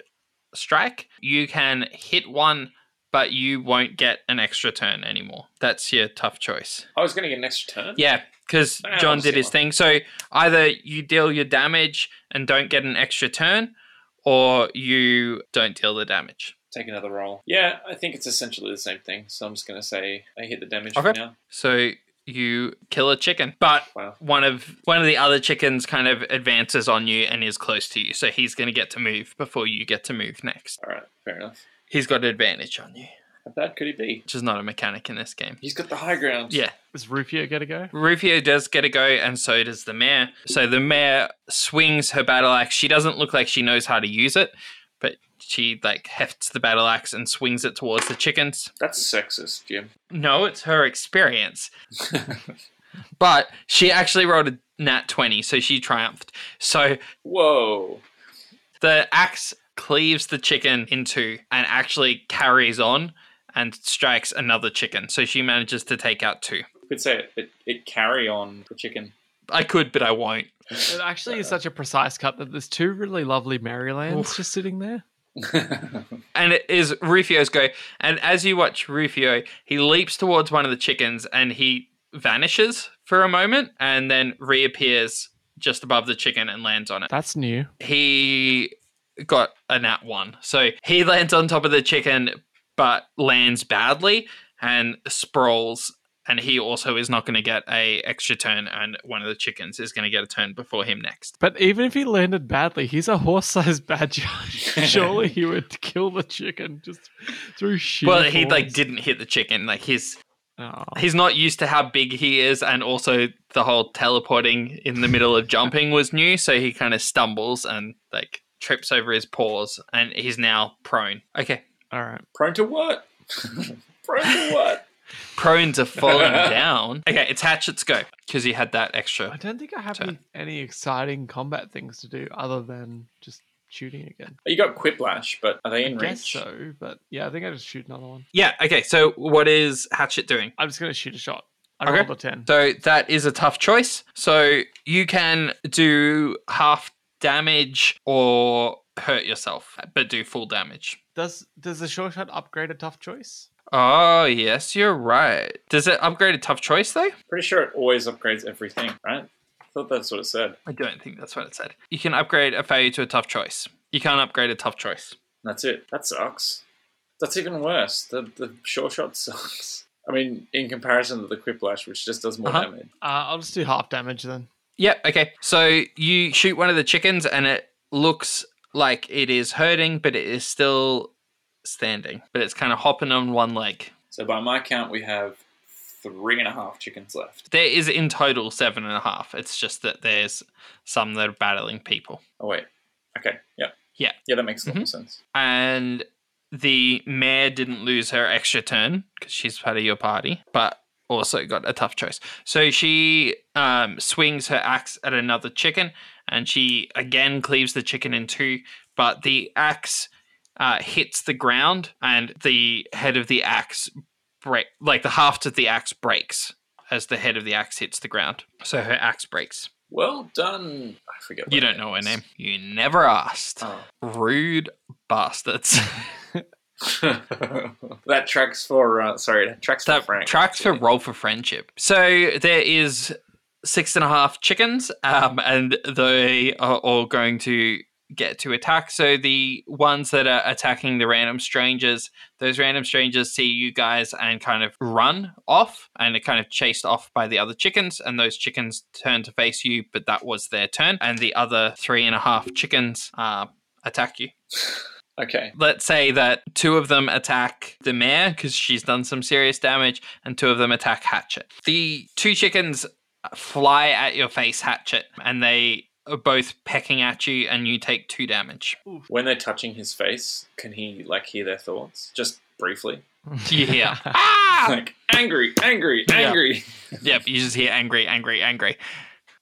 Speaker 1: strike. You can hit one, but you won't get an extra turn anymore. That's your tough choice.
Speaker 2: I was going to get an extra turn.
Speaker 1: Yeah, because
Speaker 2: Ah,
Speaker 1: John
Speaker 2: I'll
Speaker 1: did
Speaker 2: see
Speaker 1: his
Speaker 2: one.
Speaker 1: thing. So either you deal your damage and don't get an extra turn, or you don't deal the damage.
Speaker 2: Take another roll. Yeah, I think it's essentially the same thing. So I'm just going to say I hit the damage
Speaker 1: Okay.
Speaker 2: for now.
Speaker 1: So you kill a chicken, but
Speaker 2: Wow.
Speaker 1: one of one of the other chickens kind of advances on you and is close to you, so he's going to get to move before you get to move next.
Speaker 2: All right. Fair enough.
Speaker 1: He's got an advantage on you,
Speaker 2: How bad could he be?
Speaker 1: which is not a mechanic in this game.
Speaker 2: He's got the high ground.
Speaker 1: Yeah,
Speaker 3: Does Rufio get a go?
Speaker 1: Rufio does get a go, and so does the mayor. So the mayor swings her battle axe. She doesn't look like she knows how to use it, but she like hefts the battle axe and swings it towards the chickens.
Speaker 2: That's sexist, Jim.
Speaker 1: No, it's her experience. but she actually rolled a nat 20, so she triumphed. So
Speaker 2: Whoa.
Speaker 1: the axe cleaves the chicken in two and actually carries on and strikes another chicken. So she manages to take out two.
Speaker 2: could say it, it, it carry on the chicken.
Speaker 1: I could, but I won't.
Speaker 3: It actually is such a precise cut that there's two really lovely Marylands just sitting there.
Speaker 1: And it is Rufio's go. And as you watch Rufio, he leaps towards one of the chickens and he vanishes for a moment and then reappears just above the chicken and lands on it.
Speaker 3: That's new.
Speaker 1: he got a nat one. So he lands on top of the chicken, but lands badly and sprawls and he also is not going to get a extra turn, and one of the chickens is going to get a turn before him next.
Speaker 3: But even if he landed badly, he's a horse-sized badger. Surely he would kill the chicken just through sheer.
Speaker 1: Well, he like
Speaker 3: force.
Speaker 1: didn't hit the chicken. Like his
Speaker 3: Oh.
Speaker 1: he's not used to how big he is, and also the whole teleporting in the middle of jumping was new, so he kind of stumbles and like trips over his paws, and he's now prone. Okay,
Speaker 3: All right.
Speaker 2: Prone to what? Prone to what?
Speaker 1: prone to falling down. Okay, it's Hatchet's go because he had that
Speaker 3: I
Speaker 1: extra.
Speaker 3: don't think I have
Speaker 1: Turn.
Speaker 3: any, any exciting combat things to do other than just shooting again.
Speaker 2: You got Quiplash, but are they in
Speaker 3: I guess
Speaker 2: reach?
Speaker 3: so, but yeah, I think I just shoot another one.
Speaker 1: Yeah. Okay. So what is Hatchet doing?
Speaker 3: I'm just gonna shoot a shot. I
Speaker 1: Okay.
Speaker 3: rolled a ten.
Speaker 1: So that is a tough choice. So you can do half damage or hurt yourself, but do full damage.
Speaker 3: Does does the short shot upgrade a tough choice?
Speaker 1: Oh, yes, you're right. Does it upgrade a tough choice, though?
Speaker 2: Pretty sure it always upgrades everything, right? I thought that's what it said.
Speaker 1: I don't think that's what it said. You can upgrade a failure to a tough choice. You can't upgrade a tough choice.
Speaker 2: That's it. That sucks. That's even worse. The the sure shot sucks. I mean, in comparison to the Quiplash, which just does more
Speaker 1: Uh-huh.
Speaker 2: damage.
Speaker 3: Uh, I'll just do half damage then.
Speaker 1: Yeah, okay. So you shoot one of the chickens and it looks like it is hurting, but it is still standing. But it's kind of hopping on one leg.
Speaker 2: So by my count, we have three and a half chickens left.
Speaker 1: There is in total seven and a half. It's just that there's some that are battling people.
Speaker 2: Oh wait. Okay. Yeah.
Speaker 1: Yeah. Mm-hmm.
Speaker 2: Yeah, that makes a lot more sense.
Speaker 1: and the mayor didn't lose her extra turn because she's part of your party, but also got a tough choice. So she um, swings her axe at another chicken, and she again cleaves the chicken in two, but the axe uh, hits the ground, and the head of the axe break, like the haft of the axe breaks as the head of the axe hits the ground. So her axe breaks.
Speaker 2: Well done. I forget.
Speaker 1: You
Speaker 2: what
Speaker 1: don't
Speaker 2: it
Speaker 1: know her
Speaker 2: is.
Speaker 1: name. You never asked.
Speaker 2: Oh.
Speaker 1: Rude bastards.
Speaker 2: that tracks for uh, sorry. That tracks
Speaker 1: that
Speaker 2: for Frank.
Speaker 1: tracks for
Speaker 2: actually.
Speaker 1: roll for friendship. So there is six and a half chickens, um, and they are all going to get to attack. So the ones that are attacking the random strangers, those random strangers see you guys and kind of run off and are kind of chased off by the other chickens, and those chickens turn to face you, but that was their turn, and the other three and a half chickens uh, attack you
Speaker 2: Okay.
Speaker 1: let's say that two of them attack the mayor because she's done some serious damage, and two of them attack Hatchet. The two chickens fly at your face, Hatchet, and they are both pecking at you, and you take two damage.
Speaker 2: When they're touching his face, can he like hear their thoughts just briefly?
Speaker 1: You hear, ah!
Speaker 2: Like angry, angry, angry.
Speaker 1: yep, you just hear angry, angry, angry.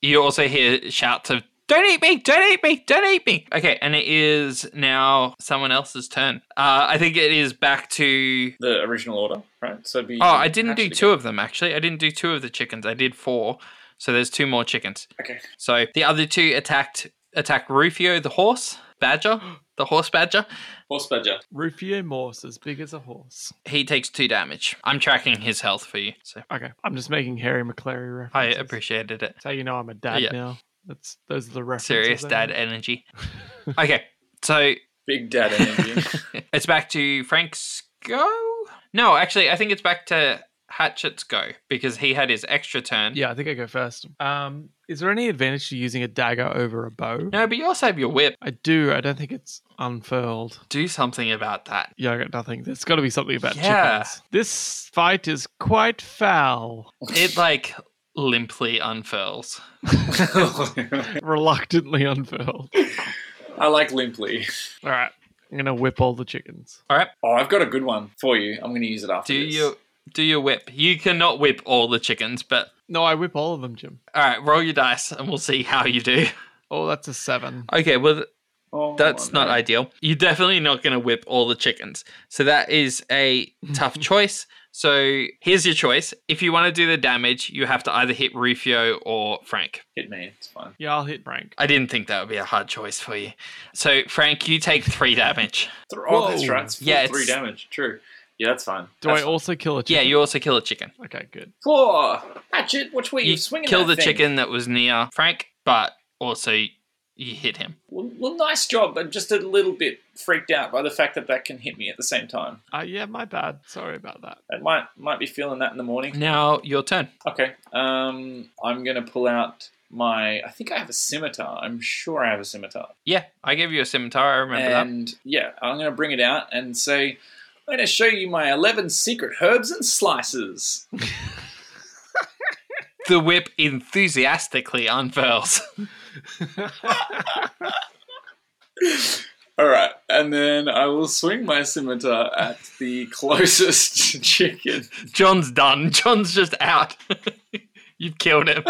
Speaker 1: You also hear shouts of, don't eat me, don't eat me, don't eat me. Okay, and it is now someone else's turn. Uh, I think it is back to
Speaker 2: The original order, right? So it'd be
Speaker 1: Oh, I didn't do
Speaker 2: hatched
Speaker 1: two of them actually. I didn't do two of the chickens. I did four. So there's two more chickens.
Speaker 2: Okay.
Speaker 1: So the other two attacked attack Rufio the horse badger, the horse badger.
Speaker 2: again. horse badger.
Speaker 3: Rufio Morse as big as a horse.
Speaker 1: He takes two damage. I'm tracking his health for you. So
Speaker 3: Okay, I'm just making Harry McClary references.
Speaker 1: I appreciated it.
Speaker 3: That's how you know I'm a dad
Speaker 1: Yeah.
Speaker 3: now. That's those are the references.
Speaker 1: Serious
Speaker 3: I
Speaker 1: dad
Speaker 3: need.
Speaker 1: energy. Okay. So
Speaker 2: Big dad energy.
Speaker 1: it's back to Frank's go. No, actually, I think it's back to Hatchet's go because he had his extra turn.
Speaker 3: Yeah, I think I go first. Um, is there any advantage to using a dagger over a bow?
Speaker 1: No, but you also have your whip.
Speaker 3: I do. I don't think it's unfurled.
Speaker 1: Do something about that.
Speaker 3: Yeah, I got nothing. There's got to be something about
Speaker 1: Yeah.
Speaker 3: chickens. This fight is quite foul.
Speaker 1: It like limply unfurls.
Speaker 3: Reluctantly unfurled.
Speaker 2: I like limply.
Speaker 3: All right, I'm gonna whip all the chickens.
Speaker 1: All right.
Speaker 2: Oh, I've got a good one for you. I'm going to use it after
Speaker 1: Do
Speaker 2: this.
Speaker 1: you do your whip? You cannot whip all the chickens, but
Speaker 3: No, I whip all of them, Jim.
Speaker 1: all right, roll your dice and we'll see how you do.
Speaker 3: Oh, that's a seven.
Speaker 1: Okay, well th-
Speaker 2: Oh,
Speaker 1: that's
Speaker 2: no.
Speaker 1: not ideal. You're definitely not going to whip all the chickens. So that is a tough choice. So here's your choice. If you want to do the damage, you have to either hit Rufio or Frank.
Speaker 2: Hit me. It's fine.
Speaker 3: Yeah, I'll hit Frank.
Speaker 1: I didn't think that would be a hard choice for you. So Frank, you take 3 damage.
Speaker 2: Th- oh, that's
Speaker 3: Whoa.
Speaker 2: right. It's full
Speaker 1: Yeah,
Speaker 2: three
Speaker 1: it's-
Speaker 2: damage. True. Yeah, that's fine.
Speaker 3: Do
Speaker 2: that's
Speaker 3: I also kill a
Speaker 1: Yeah,
Speaker 3: chicken?
Speaker 1: you also kill a chicken.
Speaker 3: Yeah. Okay, good.
Speaker 2: Four. Hatchet. Which way you,
Speaker 1: You
Speaker 2: swinging?
Speaker 1: kill the
Speaker 2: that thing?
Speaker 1: chicken that was near Frank, but also you hit him.
Speaker 2: Well, well, nice job. I'm just a little bit freaked out by the fact that that can hit me at the same time.
Speaker 3: Uh, yeah, my bad. Sorry about that.
Speaker 2: I might might be feeling that in the morning.
Speaker 1: Now your turn.
Speaker 2: Okay. Um, I'm gonna pull out my. I think I have a scimitar. I'm sure I have a scimitar.
Speaker 1: Yeah, I gave you a scimitar. I remember that.
Speaker 2: and yeah, I'm gonna bring it out and say, I'm gonna show you my 11 secret herbs and slices.
Speaker 1: The whip enthusiastically unfurls.
Speaker 2: All right, and then I will swing my scimitar at the closest chicken.
Speaker 1: John's done. John's just out. You've killed him.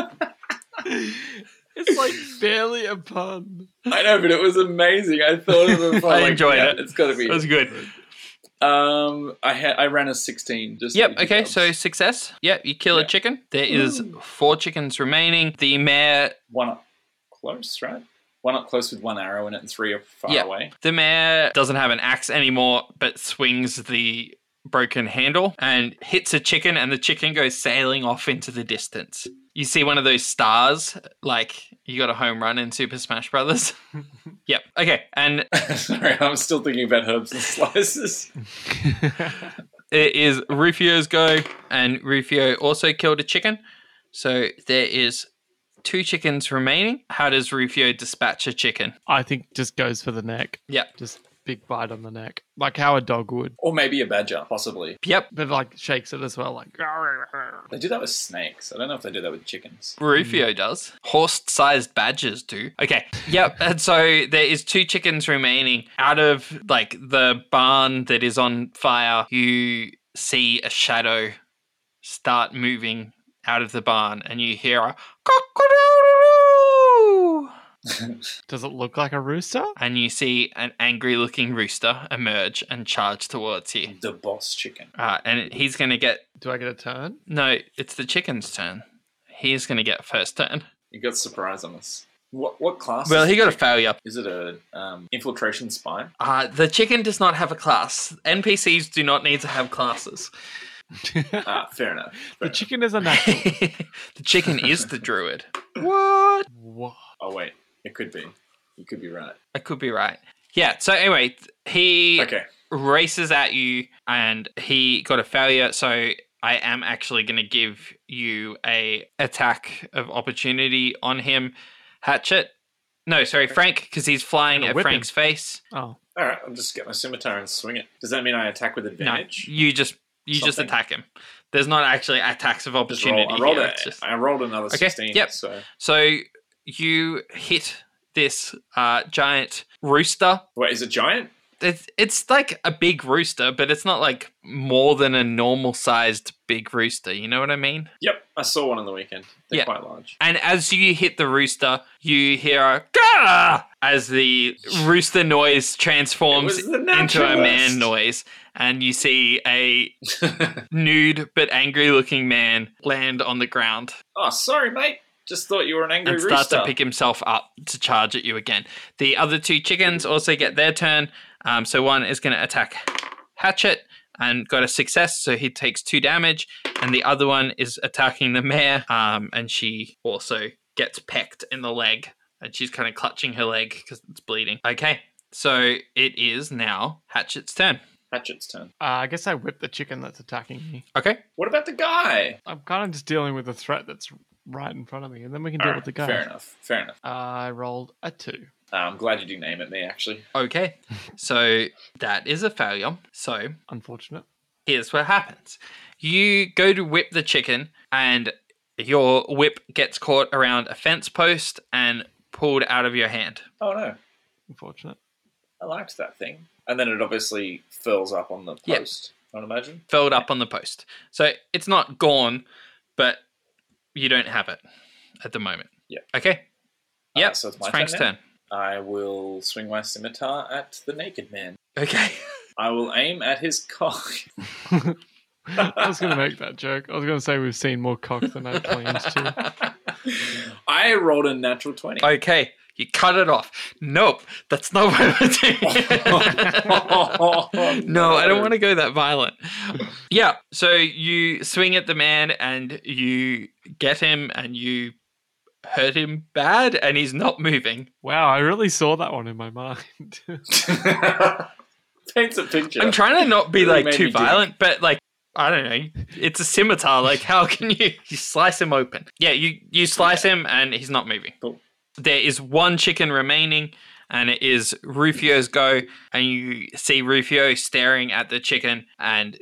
Speaker 3: it's like barely a pun.
Speaker 2: I know, but it was amazing. I thought of it. For
Speaker 1: I
Speaker 2: like,
Speaker 1: enjoyed
Speaker 2: yeah,
Speaker 1: it.
Speaker 2: It's got to be.
Speaker 1: That was good.
Speaker 2: Um, I had I ran a sixteen. Just
Speaker 1: Yep.
Speaker 2: to-
Speaker 1: Okay. So success. Yep. You kill
Speaker 2: Yeah.
Speaker 1: a chicken. There is four chickens remaining. The mayor.
Speaker 2: one up close, right? One up close with one arrow in it, and three are far
Speaker 1: Yeah.
Speaker 2: away.
Speaker 1: The mayor doesn't have an axe anymore, but swings the broken handle and hits a chicken, and the chicken goes sailing off into the distance. You see one of those stars, like you got a home run in Super Smash Brothers. yep. Okay. And
Speaker 2: Sorry, I'm still thinking about herbs and slices.
Speaker 1: It is Rufio's go, and Rufio also killed a chicken. So there is two chickens remaining. How does Rufio dispatch a chicken?
Speaker 3: I think just goes for the neck.
Speaker 1: Yep.
Speaker 3: Just big bite on the neck, like how a dog would,
Speaker 2: or maybe a badger, possibly.
Speaker 1: Yep.
Speaker 3: but like shakes it as well. Like
Speaker 2: They do that with snakes. I don't know if they do that with chickens.
Speaker 1: Rufio does. Horse-sized badgers do. Okay. Yep. and so there is two chickens remaining. Out of like the barn that is on fire, you see a shadow start moving out of the barn, and you hear a cock
Speaker 3: does it look like a rooster?
Speaker 1: and you see an angry looking rooster emerge and charge towards you.
Speaker 2: The boss chicken.
Speaker 1: Uh, and he's going to get.
Speaker 3: Do I get a turn?
Speaker 1: No, it's the chicken's turn. He's going to get first turn.
Speaker 2: You got surprise on us. What what class?
Speaker 1: Well,
Speaker 2: is
Speaker 1: he
Speaker 2: the
Speaker 1: got a
Speaker 2: chicken?
Speaker 1: failure.
Speaker 2: Is it a um, infiltration spy?
Speaker 1: Uh, the chicken does not have a class. NPCs do not need to have classes.
Speaker 2: Ah, fair enough. Fair
Speaker 3: The
Speaker 2: enough.
Speaker 3: chicken is a natural.
Speaker 1: the chicken is the druid. What?
Speaker 3: Wha-
Speaker 2: Oh wait, it could be. You could be right.
Speaker 1: I could be right. Yeah, so anyway, he
Speaker 2: Okay.
Speaker 1: races at you and he got a failure so i am actually going to give you a attack of opportunity on him hatchet no sorry frank because he's flying
Speaker 3: Gonna
Speaker 1: at
Speaker 3: whip him.
Speaker 1: frank's face
Speaker 3: Oh,
Speaker 2: All right, I'll just get my scimitar and swing it. Does that mean I attack with advantage?
Speaker 1: no you just you just
Speaker 2: Something.
Speaker 1: attack him there's not actually attacks of
Speaker 2: Just roll-
Speaker 1: opportunity
Speaker 2: I rolled,
Speaker 1: here,
Speaker 2: a-
Speaker 1: it's just-
Speaker 2: I rolled another
Speaker 1: Okay,
Speaker 2: 16.
Speaker 1: yep.
Speaker 2: So
Speaker 1: so you hit this uh, giant rooster
Speaker 2: wait, is it giant?
Speaker 1: it's, it's like a big rooster but it's not like more than a normal sized big rooster you know what i mean
Speaker 2: Yep, I saw one on the weekend. They're
Speaker 1: Yeah.
Speaker 2: quite large.
Speaker 1: And as you hit the rooster, you hear a "Gah!" as the rooster noise transforms
Speaker 2: It was the
Speaker 1: into a
Speaker 2: naturalist.
Speaker 1: man noise, and you see a nude but angry-looking man land on the ground
Speaker 2: Oh, sorry, mate. Just thought you were an angry
Speaker 1: and start
Speaker 2: rooster.
Speaker 1: to pick himself up to charge at you again. The other two chickens also get their turn. Um, so one is going to attack Hatchet and got a success, so he takes two damage, and the other one is attacking the mare, um, and she also gets pecked in the leg, and she's kind of clutching her leg because it's bleeding. Okay, so it is now Hatchet's turn.
Speaker 2: Hatchet's turn.
Speaker 3: uh, I guess I whip the chicken that's attacking me.
Speaker 1: Okay,
Speaker 2: What about the guy?
Speaker 3: I'm kind of just dealing with the threat that's right in front of me, and then we can deal
Speaker 2: All
Speaker 3: with the
Speaker 2: right,
Speaker 3: guy.
Speaker 2: Fair enough. Fair enough.
Speaker 3: I rolled a two.
Speaker 2: Uh, I'm glad you didn't aim at me, actually.
Speaker 1: okay, so that is a failure. So
Speaker 3: Unfortunate.
Speaker 1: here's what happens you go to whip the chicken and your whip gets caught around a fence post and pulled out of your hand
Speaker 2: Oh, no.
Speaker 3: Unfortunate.
Speaker 2: I liked that thing. And then it obviously fills up on the
Speaker 1: Yeah.
Speaker 2: post, I'd imagine.
Speaker 1: felled up on the post so it's not gone but you don't have it at the moment
Speaker 2: Yeah.
Speaker 1: okay yep
Speaker 2: Uh, so it's
Speaker 1: it's
Speaker 2: my
Speaker 1: frank's
Speaker 2: turn.
Speaker 1: turn,
Speaker 2: now? I will swing my scimitar at the naked man.
Speaker 1: okay
Speaker 2: I will aim at his cock.
Speaker 3: I was going to make that joke. I was going to say we've seen more cocks than I planned to.
Speaker 2: I rolled a natural 20.
Speaker 1: okay you cut it off nope that's not what i'm doing No, I don't want to go that violent. yeah, so you swing at the man and you get him and you hurt him bad and he's not moving.
Speaker 3: Wow, I really saw that one in my mind.
Speaker 2: Paints a picture.
Speaker 1: I'm trying to not be
Speaker 2: Really
Speaker 1: like
Speaker 2: made
Speaker 1: too
Speaker 2: me dig.
Speaker 1: violent, but like I don't know. It's a scimitar. Like how can you you slice him open? Yeah, you you slice him and he's not moving.
Speaker 2: Cool.
Speaker 1: There is one chicken remaining and it is Rufio's go and you see Rufio staring at the chicken and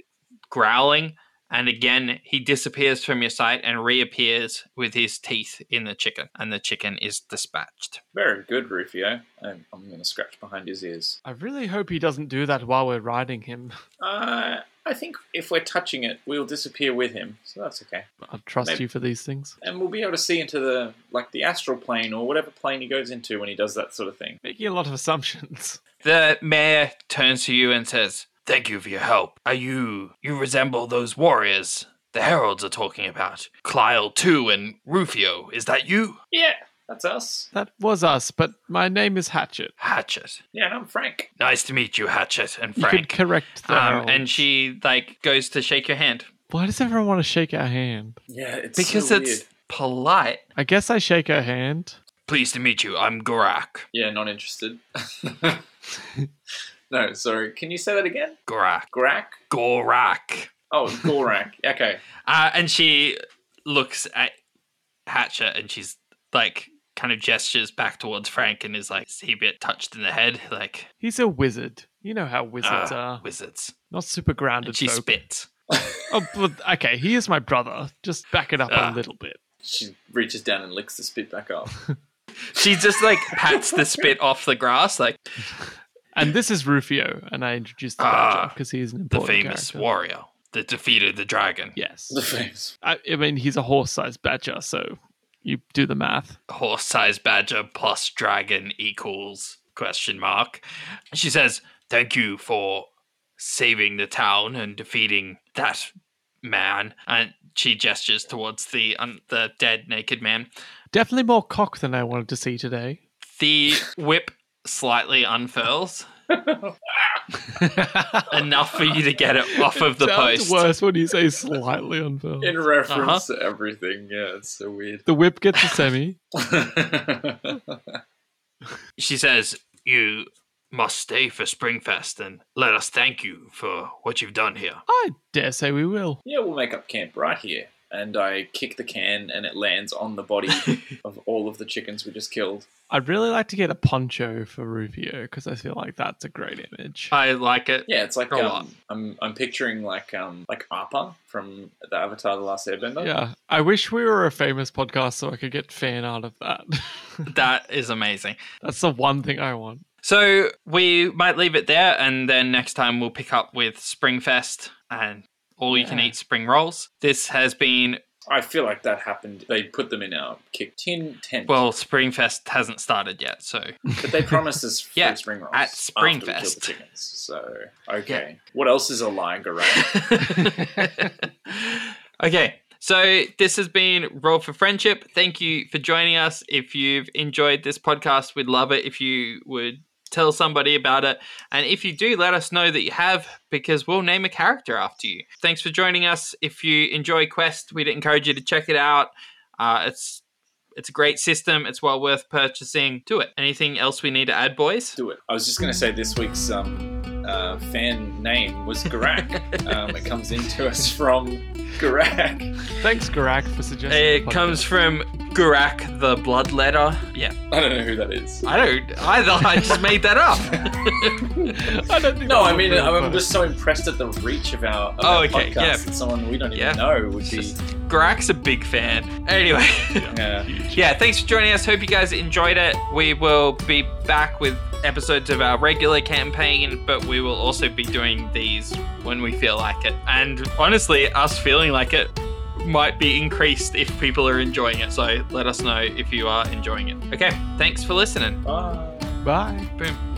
Speaker 1: growling and again he disappears from your sight and reappears with his teeth in the chicken and the chicken is dispatched.
Speaker 2: Very good, Rufio. I'm, I'm going to scratch behind his ears.
Speaker 3: I really hope he doesn't do that while we're riding him.
Speaker 2: Uh, I think if we're touching it, we'll disappear with him, so that's okay.
Speaker 3: I trust
Speaker 2: Maybe-
Speaker 3: you for these things.
Speaker 2: And we'll be able to see into the like the astral plane or whatever plane he goes into when he does that sort of thing.
Speaker 3: Making a lot of assumptions.
Speaker 1: The mayor turns to you and says, Thank you for your help. Are you. You resemble those warriors the heralds are talking about. Clile 2 and Rufio. Is that you?
Speaker 2: Yeah, that's us.
Speaker 3: That was us, but my name is Hatchet.
Speaker 1: Hatchet.
Speaker 2: Yeah, and I'm Frank.
Speaker 1: Nice to meet you, Hatchet and
Speaker 3: You could
Speaker 1: Frank.
Speaker 3: correct that.
Speaker 1: Um, and she, like, goes to shake your hand
Speaker 3: Why does everyone want to shake our hand?
Speaker 2: Yeah, it's
Speaker 1: because
Speaker 2: so
Speaker 1: it's
Speaker 2: weird.
Speaker 1: polite.
Speaker 3: I guess I shake her hand.
Speaker 1: Pleased to meet you. I'm Gorak.
Speaker 2: yeah, not interested. no, sorry. Can you say that again?
Speaker 1: Gorak.
Speaker 2: Grak?
Speaker 1: Gorak.
Speaker 2: Oh, Gorak. okay.
Speaker 1: Uh, and she looks at Hatchet and she's like, kind of gestures back towards Frank and is like, is he a bit touched in the head? Like,
Speaker 3: He's a wizard. You know how wizards
Speaker 1: Ah,
Speaker 3: are.
Speaker 1: wizards.
Speaker 3: Not super grounded.
Speaker 1: And she
Speaker 3: folk.
Speaker 1: spits.
Speaker 3: Oh, but, okay, he is my brother. Just back it up
Speaker 1: Ah.
Speaker 3: a little bit.
Speaker 2: She reaches down and licks the spit back up.
Speaker 1: She just like pats the spit off the grass, like
Speaker 3: And this is Rufio, and I introduced the badger
Speaker 1: Ah,
Speaker 3: because he's an
Speaker 1: the
Speaker 3: important
Speaker 1: famous
Speaker 3: character.
Speaker 1: warrior that defeated the dragon.
Speaker 3: Yes.
Speaker 2: The face.
Speaker 3: I, I mean, he's a horse-sized badger, so you do the math.
Speaker 1: Horse sized badger plus dragon equals question mark. She says, Thank you for saving the town and defeating that man. And she gestures towards the un- the dead naked man.
Speaker 3: Definitely more cock than I wanted to see today.
Speaker 1: The whip slightly unfurls. Enough for you to get it off of the
Speaker 3: Sounds
Speaker 1: post.
Speaker 3: worse when you say slightly unfurled.
Speaker 2: In
Speaker 1: Uh-huh.
Speaker 2: reference to everything. Yeah, it's so weird.
Speaker 3: The whip gets a semi.
Speaker 1: she says, You must stay for Springfest and let us thank you for what you've done here.
Speaker 3: I dare say we will.
Speaker 2: yeah, we'll make up camp right here. And I kick the can and it lands on the body of all of the chickens we just killed.
Speaker 3: I'd really like to get a poncho for Rufio because I feel like that's a great image.
Speaker 1: I like it.
Speaker 2: Yeah, it's like
Speaker 1: A lot.
Speaker 2: um, I'm I'm picturing like um like Appa from the Avatar The Last Airbender.
Speaker 3: yeah, I wish we were a famous podcast so I could get fan art of that.
Speaker 1: That is amazing.
Speaker 3: that's the one thing I want.
Speaker 1: So we might leave it there, and then next time we'll pick up with Springfest and all you can
Speaker 3: Yeah.
Speaker 1: eat spring rolls. This has been,
Speaker 2: I feel like that happened. They put them in our kick tin tent.
Speaker 1: well, Springfest hasn't started yet. So
Speaker 2: but they promised us free
Speaker 1: Yeah,
Speaker 2: spring rolls
Speaker 1: at
Speaker 2: after we killed the
Speaker 1: Springfest.
Speaker 2: chickens. So okay, what else is a lying around?
Speaker 1: okay. So this has been Roll for Friendship. Thank you for joining us. If you've enjoyed this podcast, we'd love it if you would tell somebody about it. And if you do, let us know that you have because we'll name a character after you. Thanks for joining us. If you enjoy Quest, we'd encourage you to check it out. Uh, it's it's a great system. It's well worth purchasing. Do it. Anything else we need to add, boys?
Speaker 2: Do it. I was just gonna say this week's um uh, fan name was Garak. um, it comes into us from Garak.
Speaker 3: Thanks, Garak, for suggesting. the
Speaker 1: It
Speaker 3: podcast.
Speaker 1: comes from Gurak the Bloodletter. Yeah.
Speaker 2: I don't know who that is.
Speaker 1: I don't either. I just made that up.
Speaker 3: I don't think
Speaker 2: No,
Speaker 3: that's
Speaker 2: I mean
Speaker 3: a real
Speaker 2: I'm I'm
Speaker 3: person.
Speaker 2: just so impressed at the reach of our, of
Speaker 1: Oh,
Speaker 2: our
Speaker 1: okay,
Speaker 2: podcast
Speaker 1: yeah.
Speaker 2: that someone we don't even
Speaker 1: Yeah.
Speaker 2: know would
Speaker 1: It's
Speaker 2: be.
Speaker 1: just- Grak's a big fan. Anyway,
Speaker 2: Yeah.
Speaker 1: yeah, thanks for joining us. Hope you guys enjoyed it. We will be back with episodes of our regular campaign, but we will also be doing these when we feel like it. And honestly, us feeling like it might be increased if people are enjoying it. So let us know if you are enjoying it. Okay, thanks for listening.
Speaker 2: Bye.
Speaker 3: Bye.
Speaker 1: Boom.